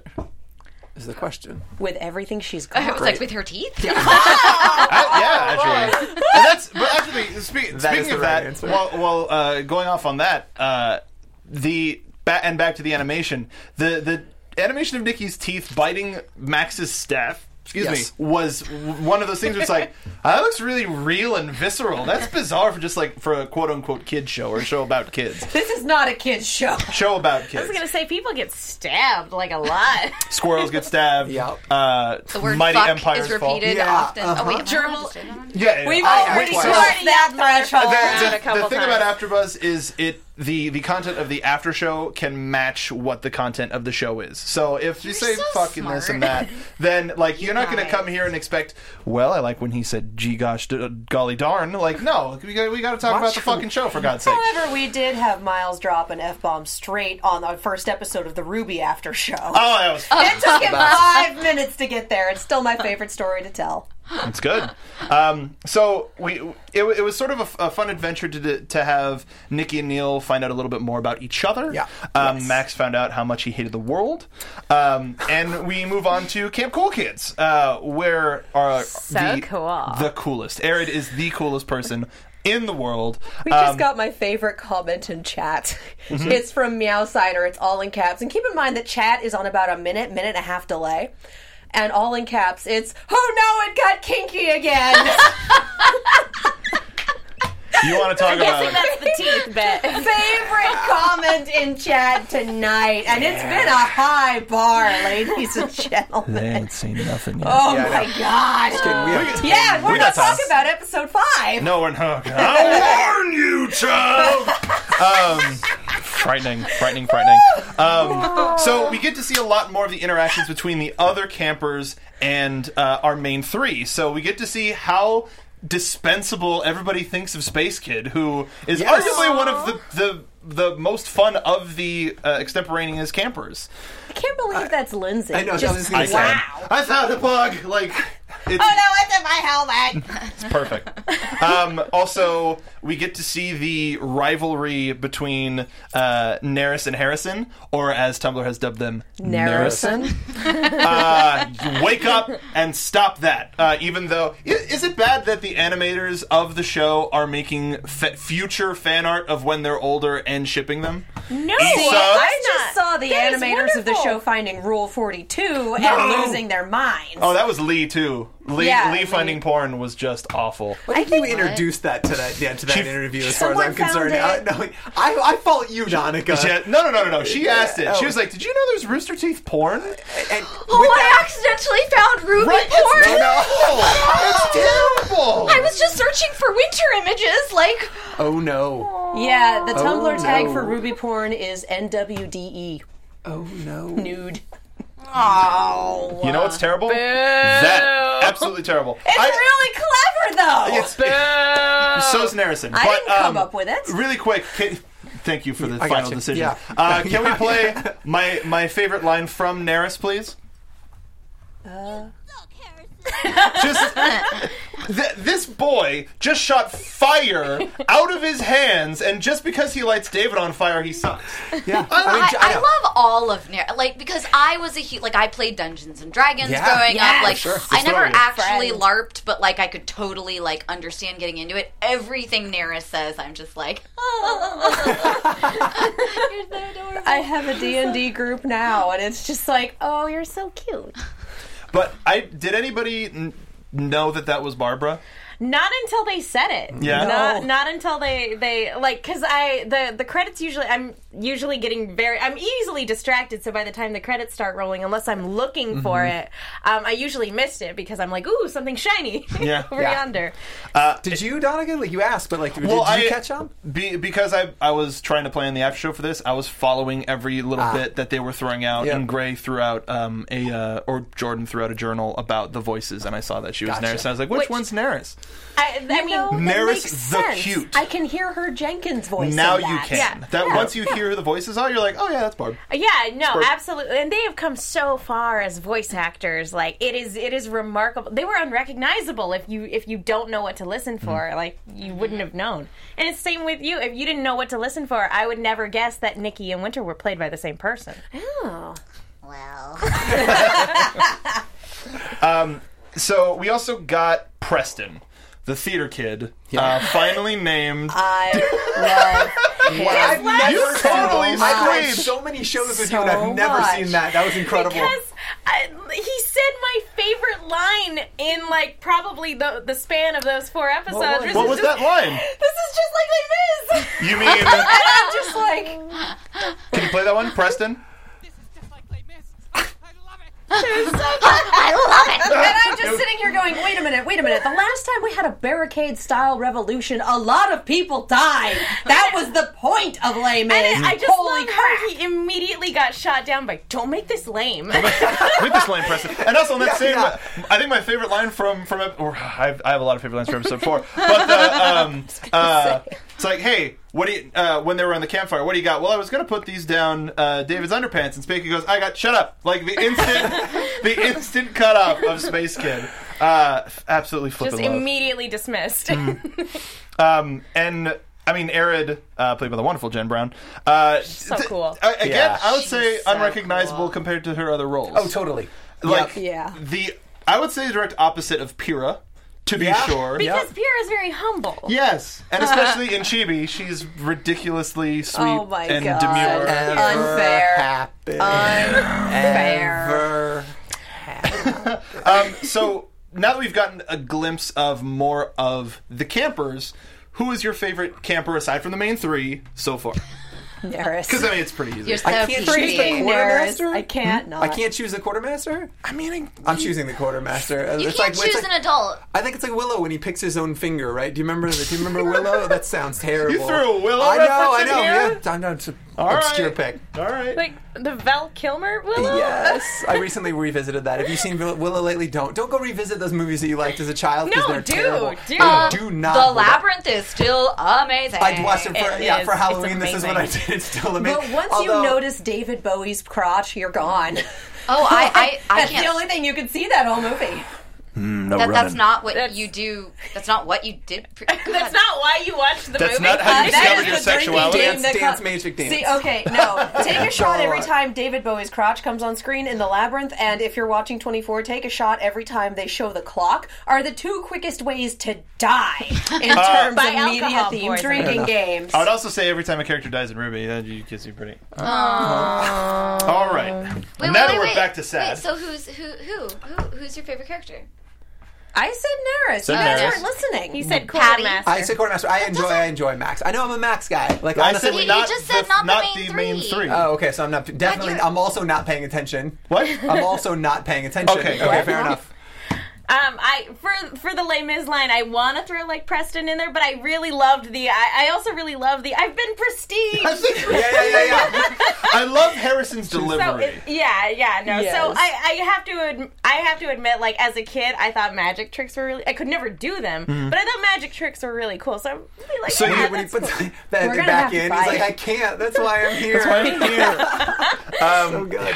Is the question. with everything she's I got. was like with her teeth. I- Uh, yeah, actually. And that's but actually speak, is speaking the of right that, answer. well, well uh, going off on that, uh, the ba- and back to the animation, the the animation of Nikki's teeth biting Max's staff. Excuse Yes. me. Was w- one of those things where it's like that looks really real and visceral. That's bizarre for just like for a quote unquote kid show or a show about kids. this is not a kids show. Show about kids. I was gonna say people get stabbed like a lot. Squirrels get stabbed. Yep. Uh, The word mighty "fuck" empires is repeated Yeah, often. Oh wait, uh-huh. am I allowed to Gerbil- say that one? fall. Yeah, yeah, We've yeah. Oh, already twice. crossed that threshold. The- the, a couple the thing times. about AfterBuzz is it the the content of the after show can match what the content of the show is. So if you say so fucking this and smart. that, then like you're not going to guys. come here and expect. Well, I like when he said "gee gosh, d- uh, golly darn." Like no, we got we got to talk about the fucking show for God's sake. However, we did have Miles drop an F bomb straight on the first episode of the Ruby After Show. Oh, that was It took him five minutes to get there. It's still my favorite story to tell. It's good. Um, so we it, it was sort of a, a fun adventure to to have Nikki and Neil find out a little bit more about each other. Yeah. Um, Max found out how much he hated the world, um, and we move on to Camp Cool Kids, uh, where are So the, cool. the coolest. Arid is the coolest person in the world. Uh, We just got my favorite comment in chat. It's from Meowsider. It's all in caps. And keep in mind that chat is on about a minute, minute and a half delay. And all in caps, it's, oh no, it got kinky again. you want to talk about? That's the teeth bit. favorite comment in chat tonight. And it's been a high bar, ladies and gentlemen. ain't seen nothing yet. Oh my god. Kidding, we have- Uh, Yeah, we're We got not time. talking about episode five. No, we're not. I warn you, child. Um, frightening, frightening, frightening. Um, so we get to see a lot more of the interactions between the other campers and uh, our main three. So we get to see how dispensable everybody thinks of Space Kid, who is Yes. arguably one of the the. The most fun of the uh, extemporaneous campers. I can't believe that's Lindsay. I know, I was Just- just gonna I say. said, I found a bug. Like It's, Oh, it's in my helmet. it's perfect. Um, also, we get to see the rivalry between uh, Naris and Harrison, or as Tumblr has dubbed them, Narrison. uh, you wake up and stop that. Uh, even though, i- is it bad that the animators of the show are making fa- future fan art of when they're older and shipping them? No, See, it's I That's just saw the That is animators of the wonderful. show finding Rule 42 No. and losing their minds. Oh, that was Lee too. Lee, Yeah, Lee Lee. finding porn was just awful. I think you introduced that to that yeah, to that interview as far as Someone I'm concerned. I, found no, I, I fault you, Donica. Yeah, no, no, no, no, no. She asked it. oh. She was like, "Did you know there's rooster teeth porn?" And Oh, with I that, accidentally found Ruby It's porn. terrible. It's terrible. I was just searching for winter images, like oh no, Yeah, the Tumblr Oh, tag no. for Ruby porn is NWDE. oh no. Nude. You know what's terrible? That absolutely terrible. It's really clever, though! It's, so is Narison. I but, didn't um, come up with it. Really quick. Can, thank you for the I got final you. decision. Yeah. Uh, can we play my my favorite line from Naris, please? Just th- this boy just shot fire out of his hands, and just because he lights David on fire, he sucks. Yeah, I, mean, I know. love all of Nair, like because I was a huge like I played Dungeons and Dragons Yeah. growing Yeah, up. Like sure. I never Historian. actually Friend. LARPed, but like I could totally like understand getting into it. Everything Nara says, I'm just like, you're so adorable. I have a D&D group now, and it's just like, oh, you're so cute. But I did anybody n- know that that was Barbara? Not until they said it. Yeah. Not, not until they they like because I the the credits usually I'm usually getting very I'm easily distracted. So by the time the credits start rolling, unless I'm Mm-hmm. looking for it, um, I usually missed it because I'm like, ooh, something shiny Yeah. over Yeah. yonder. Did you, Donica? Like you asked, but like, did Well, you I- catch on? Be, because I I was trying to play in the after show for this, I was following every little bit that they were throwing out, Ah. Yeah. and Gray threw out um, a uh, or Jordan threw out a journal about the voices, and I saw that she was Gotcha. Naris, and I was like, which, Which- one's Naris? I, I mean, No, that Naris makes the sense. Cute. I can hear her Jenkins voice. Now in you that. can. Yeah. That once you hear who the voices are, you're like, oh yeah, that's Barb. Yeah, no, Or- absolutely. And they have come so far as voice actors. Like it is it is remarkable. They were unrecognizable if you if you don't know what to listen Mm-hmm. for. Like you wouldn't have known. And it's same with you. If you didn't know what to listen for, I would never guess that Nikki and Winter were played by the same person. Oh. well, So we also got Preston, the theater kid, uh, finally named. Uh, I love him. I've you totally I've screamed. played so many shows with you, and So I've never much. seen that. That was incredible. Because I, he said my favorite line in like probably the the span of those four episodes. was- This What is was just- that line? This is just like Les Mis. You mean? And I'm just like Can you play that one, Preston? This is just like Les Mis. I love it. I love it. And I'm just sitting here going, wait a minute, wait a minute. The last time we had a barricade style revolution, a lot of people died. That was the point of Les Mis. And I just Holy love crap. how he immediately got shot down by "Don't make this lame." With this line, Preston. And also on that same, yeah. I think my favorite line from from ep- or, I've, I have a lot of favorite lines from episode four. But the, um, uh, it's like, hey, what do you? Uh, when they were on the campfire, what do you got? Well, I was gonna put these down uh, David's underpants, and Spacey goes, I got shut up. Like the instant, the instant cut off of Space Kid. Uh, absolutely flipping just love. immediately dismissed. Um, and I mean, Arid, uh, played by the wonderful Jen Brown. Uh, so cool. I- again, Yeah. I would say She's so unrecognizable cool. compared to her other roles. oh, totally. like Yeah. the I would say the direct opposite of Pira, to be Yeah. sure. Because- Because Pierre is very humble. Yes, and especially in Chibi, she's ridiculously sweet Oh my and God. demure. Ever Um, Unfair. Happen. Unfair. Ever. Um, so now that we've gotten a glimpse of more of the campers, who is your favorite camper aside from the main three so far? Because Nerys. I mean, it's pretty easy. You're so I can't choose the pretty. quartermaster. Nerys. I can't not. I can't choose the quartermaster. I mean, I, am choosing the quartermaster. You it's can't like, choose it's like, an adult. I think it's like Willow when he picks his own finger, right? Do you remember? Do you remember Willow? That sounds terrible. You threw a Willow I know. reference I in know. here? Yeah. I know. It's an All right. Oh. obscure pick. All right. Like the Val Kilmer Willow. Yes, I recently revisited that. Have you seen Will- Willow lately? Don't don't go revisit those movies that you liked as a child because No, they're do, terrible. They do. Uh, do not. The hold up. labyrinth is still amazing. I watched it for It yeah is. for It's Halloween. This is what I amazing. did. It's still amazing. But once Although, you notice David Bowie's crotch, you're gone. Oh, I, I, I That's can't. the only thing you can see that whole movie. No That, that's running. not what That's- you do. That's not what you did. Pre- God. That's not why you watched the That's movie. not how you discovered That is your the drinking sexuality. game Dance, that dance, magic dance. See, okay, no. Take a shot every Sure. time David Bowie's crotch comes on screen in The Labyrinth, and if you're watching 24, take a shot every time they show the clock, are the two quickest ways to die in terms Uh, By of media alcohol themed poisoning. drinking games. I would also say every time a character dies in Ruby, that you kiss you pretty. All right. Wait, now wait, that wait, we're wait. back to sad. Wait, so who's who, who who who's your favorite character? I said Naris. Said you guys Naris. aren't listening. He said Patty. quartermaster. I say quartermaster. I enjoy. I enjoy Max. I know I'm a Max guy. Like I honestly, said you not, just said the, not the the main main three. three. Oh, okay. So I'm not definitely. you're- I'm also not paying attention. what? I'm also not paying attention. Okay, okay what? fair enough. Um, I for for the Les Mis line, I want to throw like Preston in there, but I really loved the. I, I also really loved the. I've been I, prestige. think- Yeah, yeah, yeah, yeah. I love Harrison's So delivery. it, yeah, yeah, no. Yes. So I, I have to ad- I have to admit, like as a kid, I thought magic tricks were really. I could never do them, but I thought magic tricks were really cool. So I'm really like, So yeah, you- when he that's puts cool. that We're gonna have back to in, he's fight. like, I can't. That's why I'm here. Right here. so good.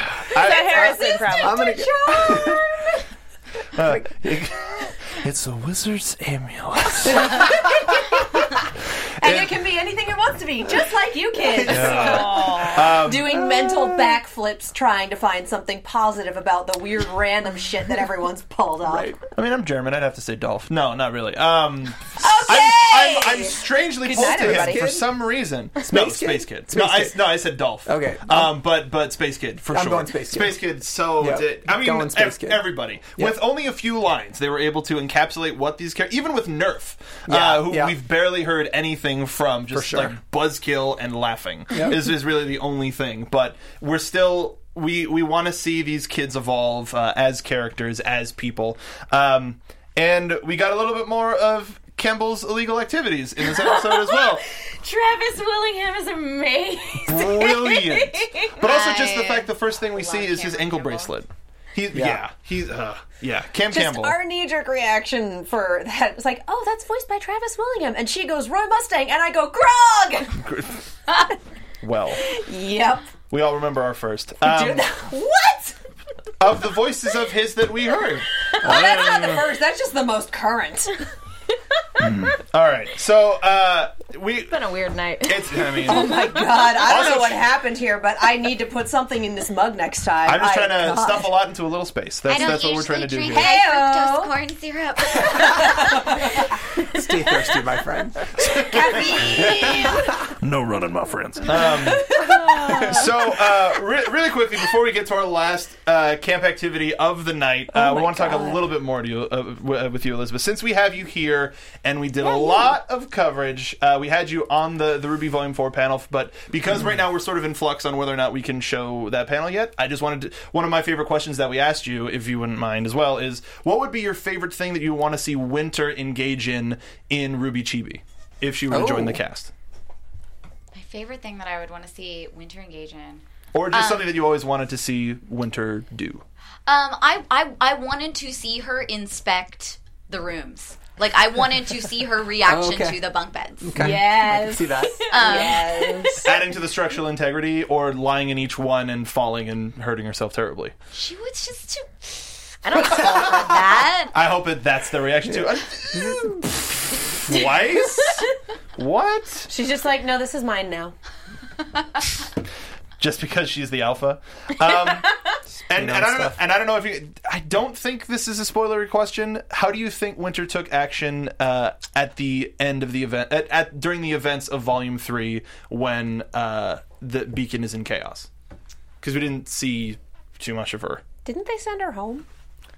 The Harrison problem. I'm gonna get- uh, it's a wizard's amulet. and it can be anything it wants to be, just like you kids. Doing mental Uh. backflips trying to find something positive about the weird random shit that everyone's pulled up. Right. I mean, I'm German. I'd have to say Dolph. No, not really. Um, I'm, Okay! I'm, I'm strangely Good pulled night, to him everybody. for some reason. no, Kid? Space Kid. Space no, I, Kid. no, I said Dolph. Okay. Um, but but Space Kid for I'm sure. going Space Kid. Space Kid. So Yeah. did I mean Going Space ev- Kid. everybody Yeah. with only a few lines they were able to encapsulate what these characters even with Nerf, Yeah, uh, who yeah. we've barely heard anything from. Just sure. like buzzkill and laughing is is really the only thing. But we're still. We, we want to see these kids evolve uh, as characters, as people. Um, and we got a little bit more of Kemble's illegal activities in this episode as well. Travis Willingham is amazing. Brilliant. But also just the I fact the first thing we see is his Cameron ankle Campbell. bracelet. He, yeah. he's, uh, yeah, Cam Just Campbell. our knee jerk reaction for that was like, oh, that's voiced by Travis Willingham. And she goes, Roy Mustang. And I go, Grog! well, yep. we all remember our first. Um, what? of the voices of his that we heard. That's not the first. That's just the most current. All right, so uh, we. Been a weird night. It's, I mean, Oh My God, I don't Also- know what happened here, but I need to put something in this mug next time. I'm just I- trying to God. stuff a lot into a little space. I That's, don't that's what we're usually trying to do drink here. high Heyo. fructose corn syrup. Stay thirsty, my friend. No running, my friends. so uh, re- really quickly before we get to our last uh, camp activity of the night uh, we want to talk a little bit more to you, uh, w- uh, with you elizabeth since we have you here and we did a lot of coverage uh, we had you on the, the ruby volume 4 panel but because right now we're sort of in flux on whether or not we can show that panel yet i just wanted to one of my favorite questions that we asked you if you wouldn't mind as well is what would be your favorite thing that you want to see winter engage in in ruby chibi if she were to join Oh. the cast My favorite thing that I would want to see Winter engage in. or just something that you always wanted to see winter do Um, I, I I wanted to see her inspect the rooms. Like I wanted to see her reaction Okay. to the bunk beds. Yes. See that? Yes. adding to the structural integrity or lying in each one and falling and hurting herself terribly. She was just too. I don't fault her for that. I hope that that's the reaction to uh, Twice? what? She's just like, no, this is mine now. Just because she's the alpha. Um, and, and, I don't know, stuff. and I don't know if you. I don't think this is a spoilery question. How do you think Winter took action uh, at the end of the event, at, at during the events of Volume Three, when uh, the Beacon is in chaos? Because we didn't see too much of her. Didn't they send her home?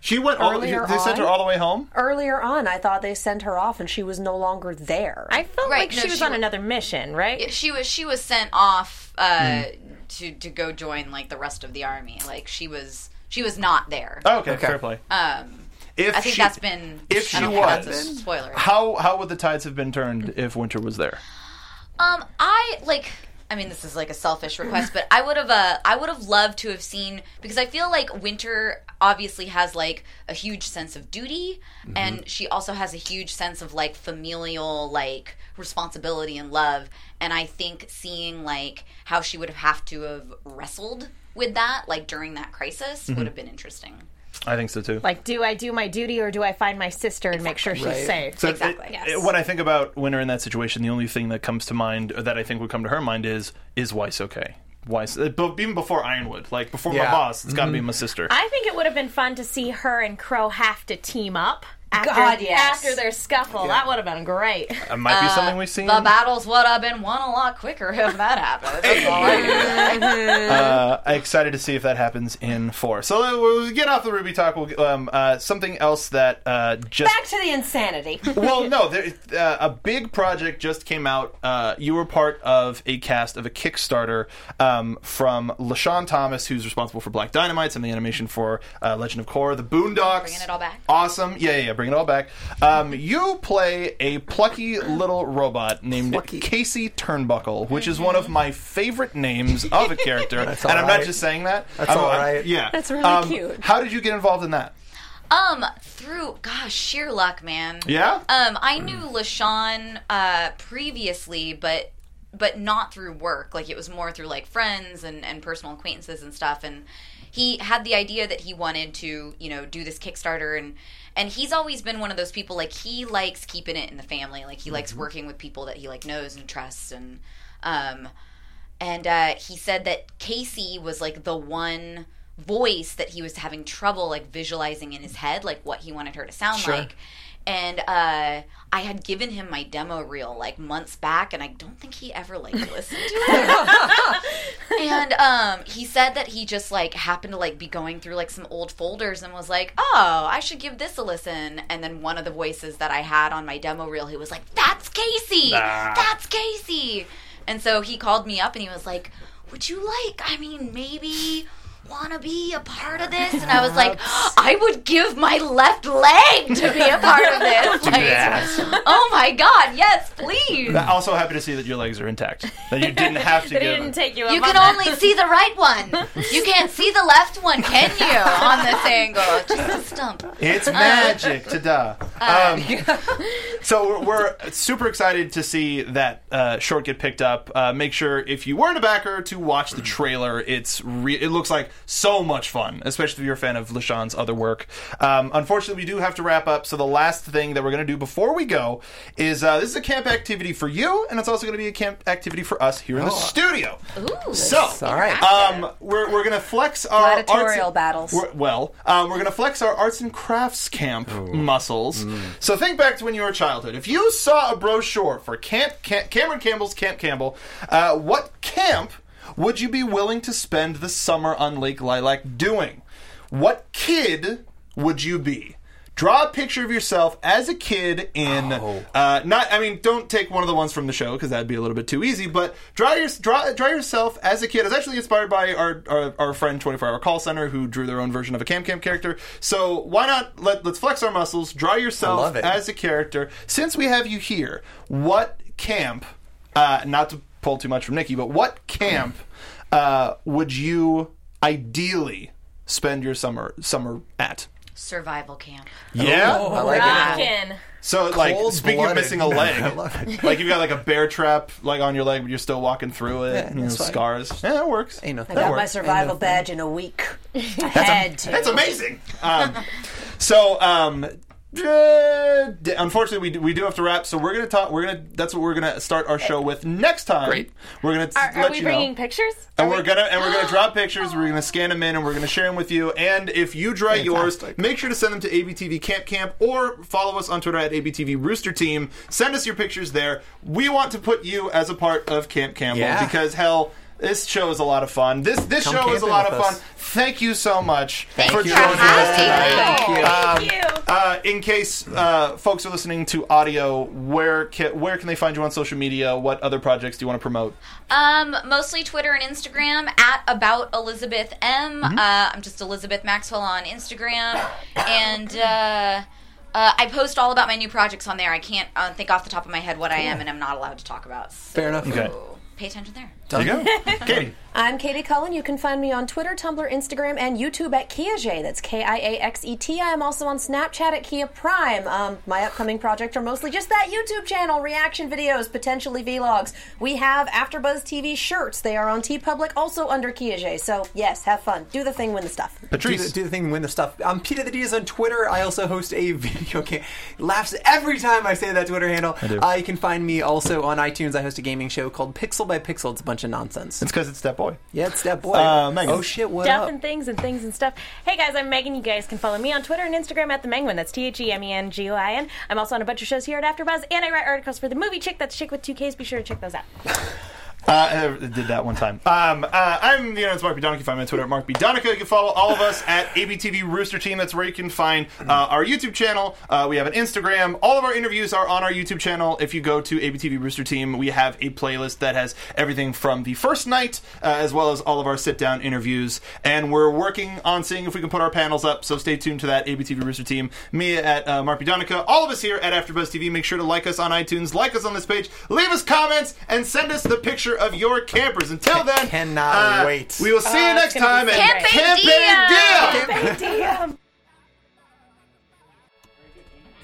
She went all. They Earlier sent her on? all the way home. Earlier on, I thought they sent her off and she was no longer there. I felt Right, like no, she was she on wa- another mission, right? She was she was sent off uh, Hmm. to to go join like the rest of the army. Like she was she was not there. Oh, okay, fair play. Um, If I think she, that's been. if she I don't think that's a was- spoiler. How how would the tides have been turned if Winter was there? Um, I like. I mean, this is like a selfish request, but I would have. Uh, I would have loved to have seen because I feel like Winter obviously has like a huge sense of duty, and she also has a huge sense of like familial like responsibility and love. And I think seeing like how she would have have to have wrestled with that like during that crisis would have been interesting. I think so too. Like, do I do my duty or do I find my sister and make sure she's Right. safe? So it- Exactly. it- Yes. it- when I think about winter in that situation, the only thing that comes to mind, or that I think would come to her mind, is is Weiss okay? Weiss, uh, but even before Ironwood, like before my Yeah. boss, it's got to be my sister. I think it would have been fun to see her and Crow have to team up. After, God, yes. after their scuffle, that would have been great. it might be something we've seen. The battles would have been won a lot quicker if that happened. That's all I can say. uh, I'm excited to see if that happens in four. So uh, we'll get off the Ruby talk. We'll, um, uh, something else that uh, just Back to the insanity. well, no, there, uh, a big project just came out. Uh, you were part of a cast of a Kickstarter um, from Lashawn Thomas, who's responsible for Black Dynamite, some of the animation for uh, Legend of Korra, The Boondocks, Bringing it all back. Awesome, yeah, yeah, yeah bringing it all back. Um, you play a plucky little robot named Casey Turnbuckle, which is one of Mm-hmm. my favorite names of a character, and all I'm not right. just saying that. That's I'm- all I'm- right. Yeah, Um, That's really cute. How did you get involved in that? Um, through gosh, sheer luck, man. Yeah? Um, I knew Lashawn uh previously, but but not through work. Like it was more through like friends and and personal acquaintances and stuff. And he had the idea that he wanted to you know do this Kickstarter and. And he's always been one of those people like he likes keeping it in the family. Like he likes working with people that he like knows and trusts and um and uh, he said that Casey was like the one voice that he was having trouble like visualizing in his head, like what he wanted her to sound like. And uh, I had given him my demo reel like months back, and I don't think he ever like listened to it. and um, he said that he just like happened to like be going through like some old folders and was like, "Oh, I should give this a listen." And then one of the voices that I had on my demo reel, he was like, "That's Casey. That's Casey." And so he called me up and he was like, Would you like, I mean, maybe want to be a part of this? And I was like, I would give my left leg to be a part of this. Like, Oh my God, yes, please. I'm also happy to see that your legs are intact. That you didn't have to They give didn't take you. You up on can that. only see the right one. You can't see the left one, can you? On this angle. Just a stump. It's Uh, magic, ta-da. Um, so we're, we're super excited to see that uh, short get picked up. Uh, make sure if you weren't a backer to watch the trailer. It's re- it looks like so much fun, especially if you're a fan of Lashawn's other work. Um, unfortunately, we do have to wrap up. So the last thing that we're going to do before we go is uh, this is a camp activity for you, and it's also going to be a camp activity for us here in the studio. Ooh. So, All right. um, we're, we're gonna flex our arts- Gladiatorial battles. We're, well, um, we're gonna flex our arts and crafts camp muscles. So think back to when you were a childhood. If you saw a brochure for Camp, camp Cameron Campbell's Camp Campbell, uh, what camp would you be willing to spend the summer on Lake Lilac doing? What kid would you be? Draw a picture of yourself as a kid in Oh. uh, not. I mean, don't take one of the ones from the show because that'd be a little bit too easy. But draw your draw draw yourself as a kid. It's actually inspired by our our, our friend Twenty Four Hour Call Center who drew their own version of a Cam Cam character. So why not let let's flex our muscles. Draw I yourself love it. as a character. Since we have you here, what camp? Uh, not to pull too much from Nikki, but what camp uh, would you ideally spend your summer summer at? Survival camp. Yeah. I like it. Rockin'. So like Cold speaking blooded. of missing a leg, I love it. like you've got like a bear trap like on your leg, but you're still walking through it. you know, that's fine. scars. Yeah, that works. Ain't no I thing. got my survival badge in a week. Had to. That's amazing. Um, so um, uh, d- unfortunately, we do, we do have to wrap. So we're gonna talk. We're gonna. That's what we're gonna start our show with next time. Great. We're gonna t- Are, are let we you bringing know. pictures? and Are we're we- gonna and we're gonna draw pictures. We're gonna scan them in, and we're gonna share them with you. And if you draw yours, Fantastic. make sure to send them to ABTV Camp Camp or follow us on Twitter at ABTV Rooster Team. Send us your pictures there. We want to put you as a part of Camp Campbell Yeah. because hell. This show is a lot of fun. This this Come show is a camping lot of with fun. us. Thank you so much for you joining for us tonight. having me. Thank you. Thank you. Uh, in case uh, folks are listening to audio, where can, where can they find you on social media? What other projects do you want to promote? Um, mostly Twitter and Instagram at about Elizabeth M. Uh, I'm just Elizabeth Maxwell on Instagram, and uh, uh, I post all about my new projects on there. I can't uh, think off the top of my head what I am and I'm not allowed to talk about. So, Fair enough. Okay. pay attention there. There you go. Katie. I'm Katie Cullen. You can find me on Twitter, Tumblr, Instagram, and YouTube at Kiaxet. That's K I A X E T. I am also on Snapchat at Kia Prime. Um, my upcoming projects are mostly just that YouTube channel, reaction videos, potentially vlogs. We have AfterBuzz TV shirts. They are on T Public, also under Kiaxet. So yes, have fun, do the thing, win the stuff. Do the, Patrice. do the thing, win the stuff. Um, Peter the D is on Twitter. I also host a video game. Laughs every time I say that Twitter handle. I do. Uh, you can find me also on iTunes. I host a gaming show called Pixel by Pixel. It's a bunch of nonsense. It's because it's that boy. Yeah, it's that boy. Uh, Megan. oh shit, what stuff up? and things and things and stuff. Hey guys, I'm Megan. You guys can follow me on Twitter and Instagram at the Menguin. That's T H E M E N G U I N. I'm also on a bunch of shows here at AfterBuzz, and I write articles for the movie Chick. That's Chick with two Ks. Be sure to check those out. Uh, I did that one time. Um, uh, I'm the internet's Mark B. Donica. You can find me on Twitter at Mark B. Donica. You can follow all of us at ABTV Rooster Team. That's where you can find uh, our YouTube channel. Uh, we have an Instagram. All of our interviews are on our YouTube channel. If you go to ABTV Rooster Team, we have a playlist that has everything from the first night uh, as well as all of our sit down interviews. And we're working on seeing if we can put our panels up. So stay tuned to that. ABTV Rooster Team, me at uh, Mark B. Donica, all of us here at AfterBuzz TV. Make sure to like us on iTunes, like us on this page, leave us comments, and send us the picture of your campers. Until then, uh, cannot wait. We will see you next Uh, gonna time. be so and great. Campaign Campaign Diem!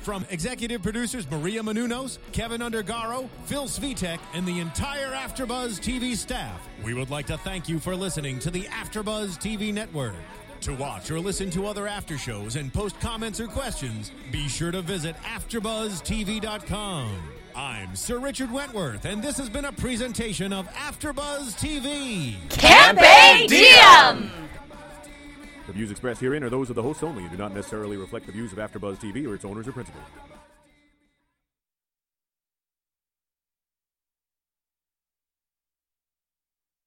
From executive producers Maria Manunos, Kevin Undergaro, Phil Svitek, and the entire AfterBuzz TV staff, we would like to thank you for listening to the AfterBuzz TV network. To watch or listen to other after shows and post comments or questions, be sure to visit AfterBuzzTV.com. I'm Sir Richard Wentworth, and this has been a presentation of AfterBuzz TV. Campaign Diem! The views expressed herein are those of the hosts only and do not necessarily reflect the views of AfterBuzz TV or its owners or principals.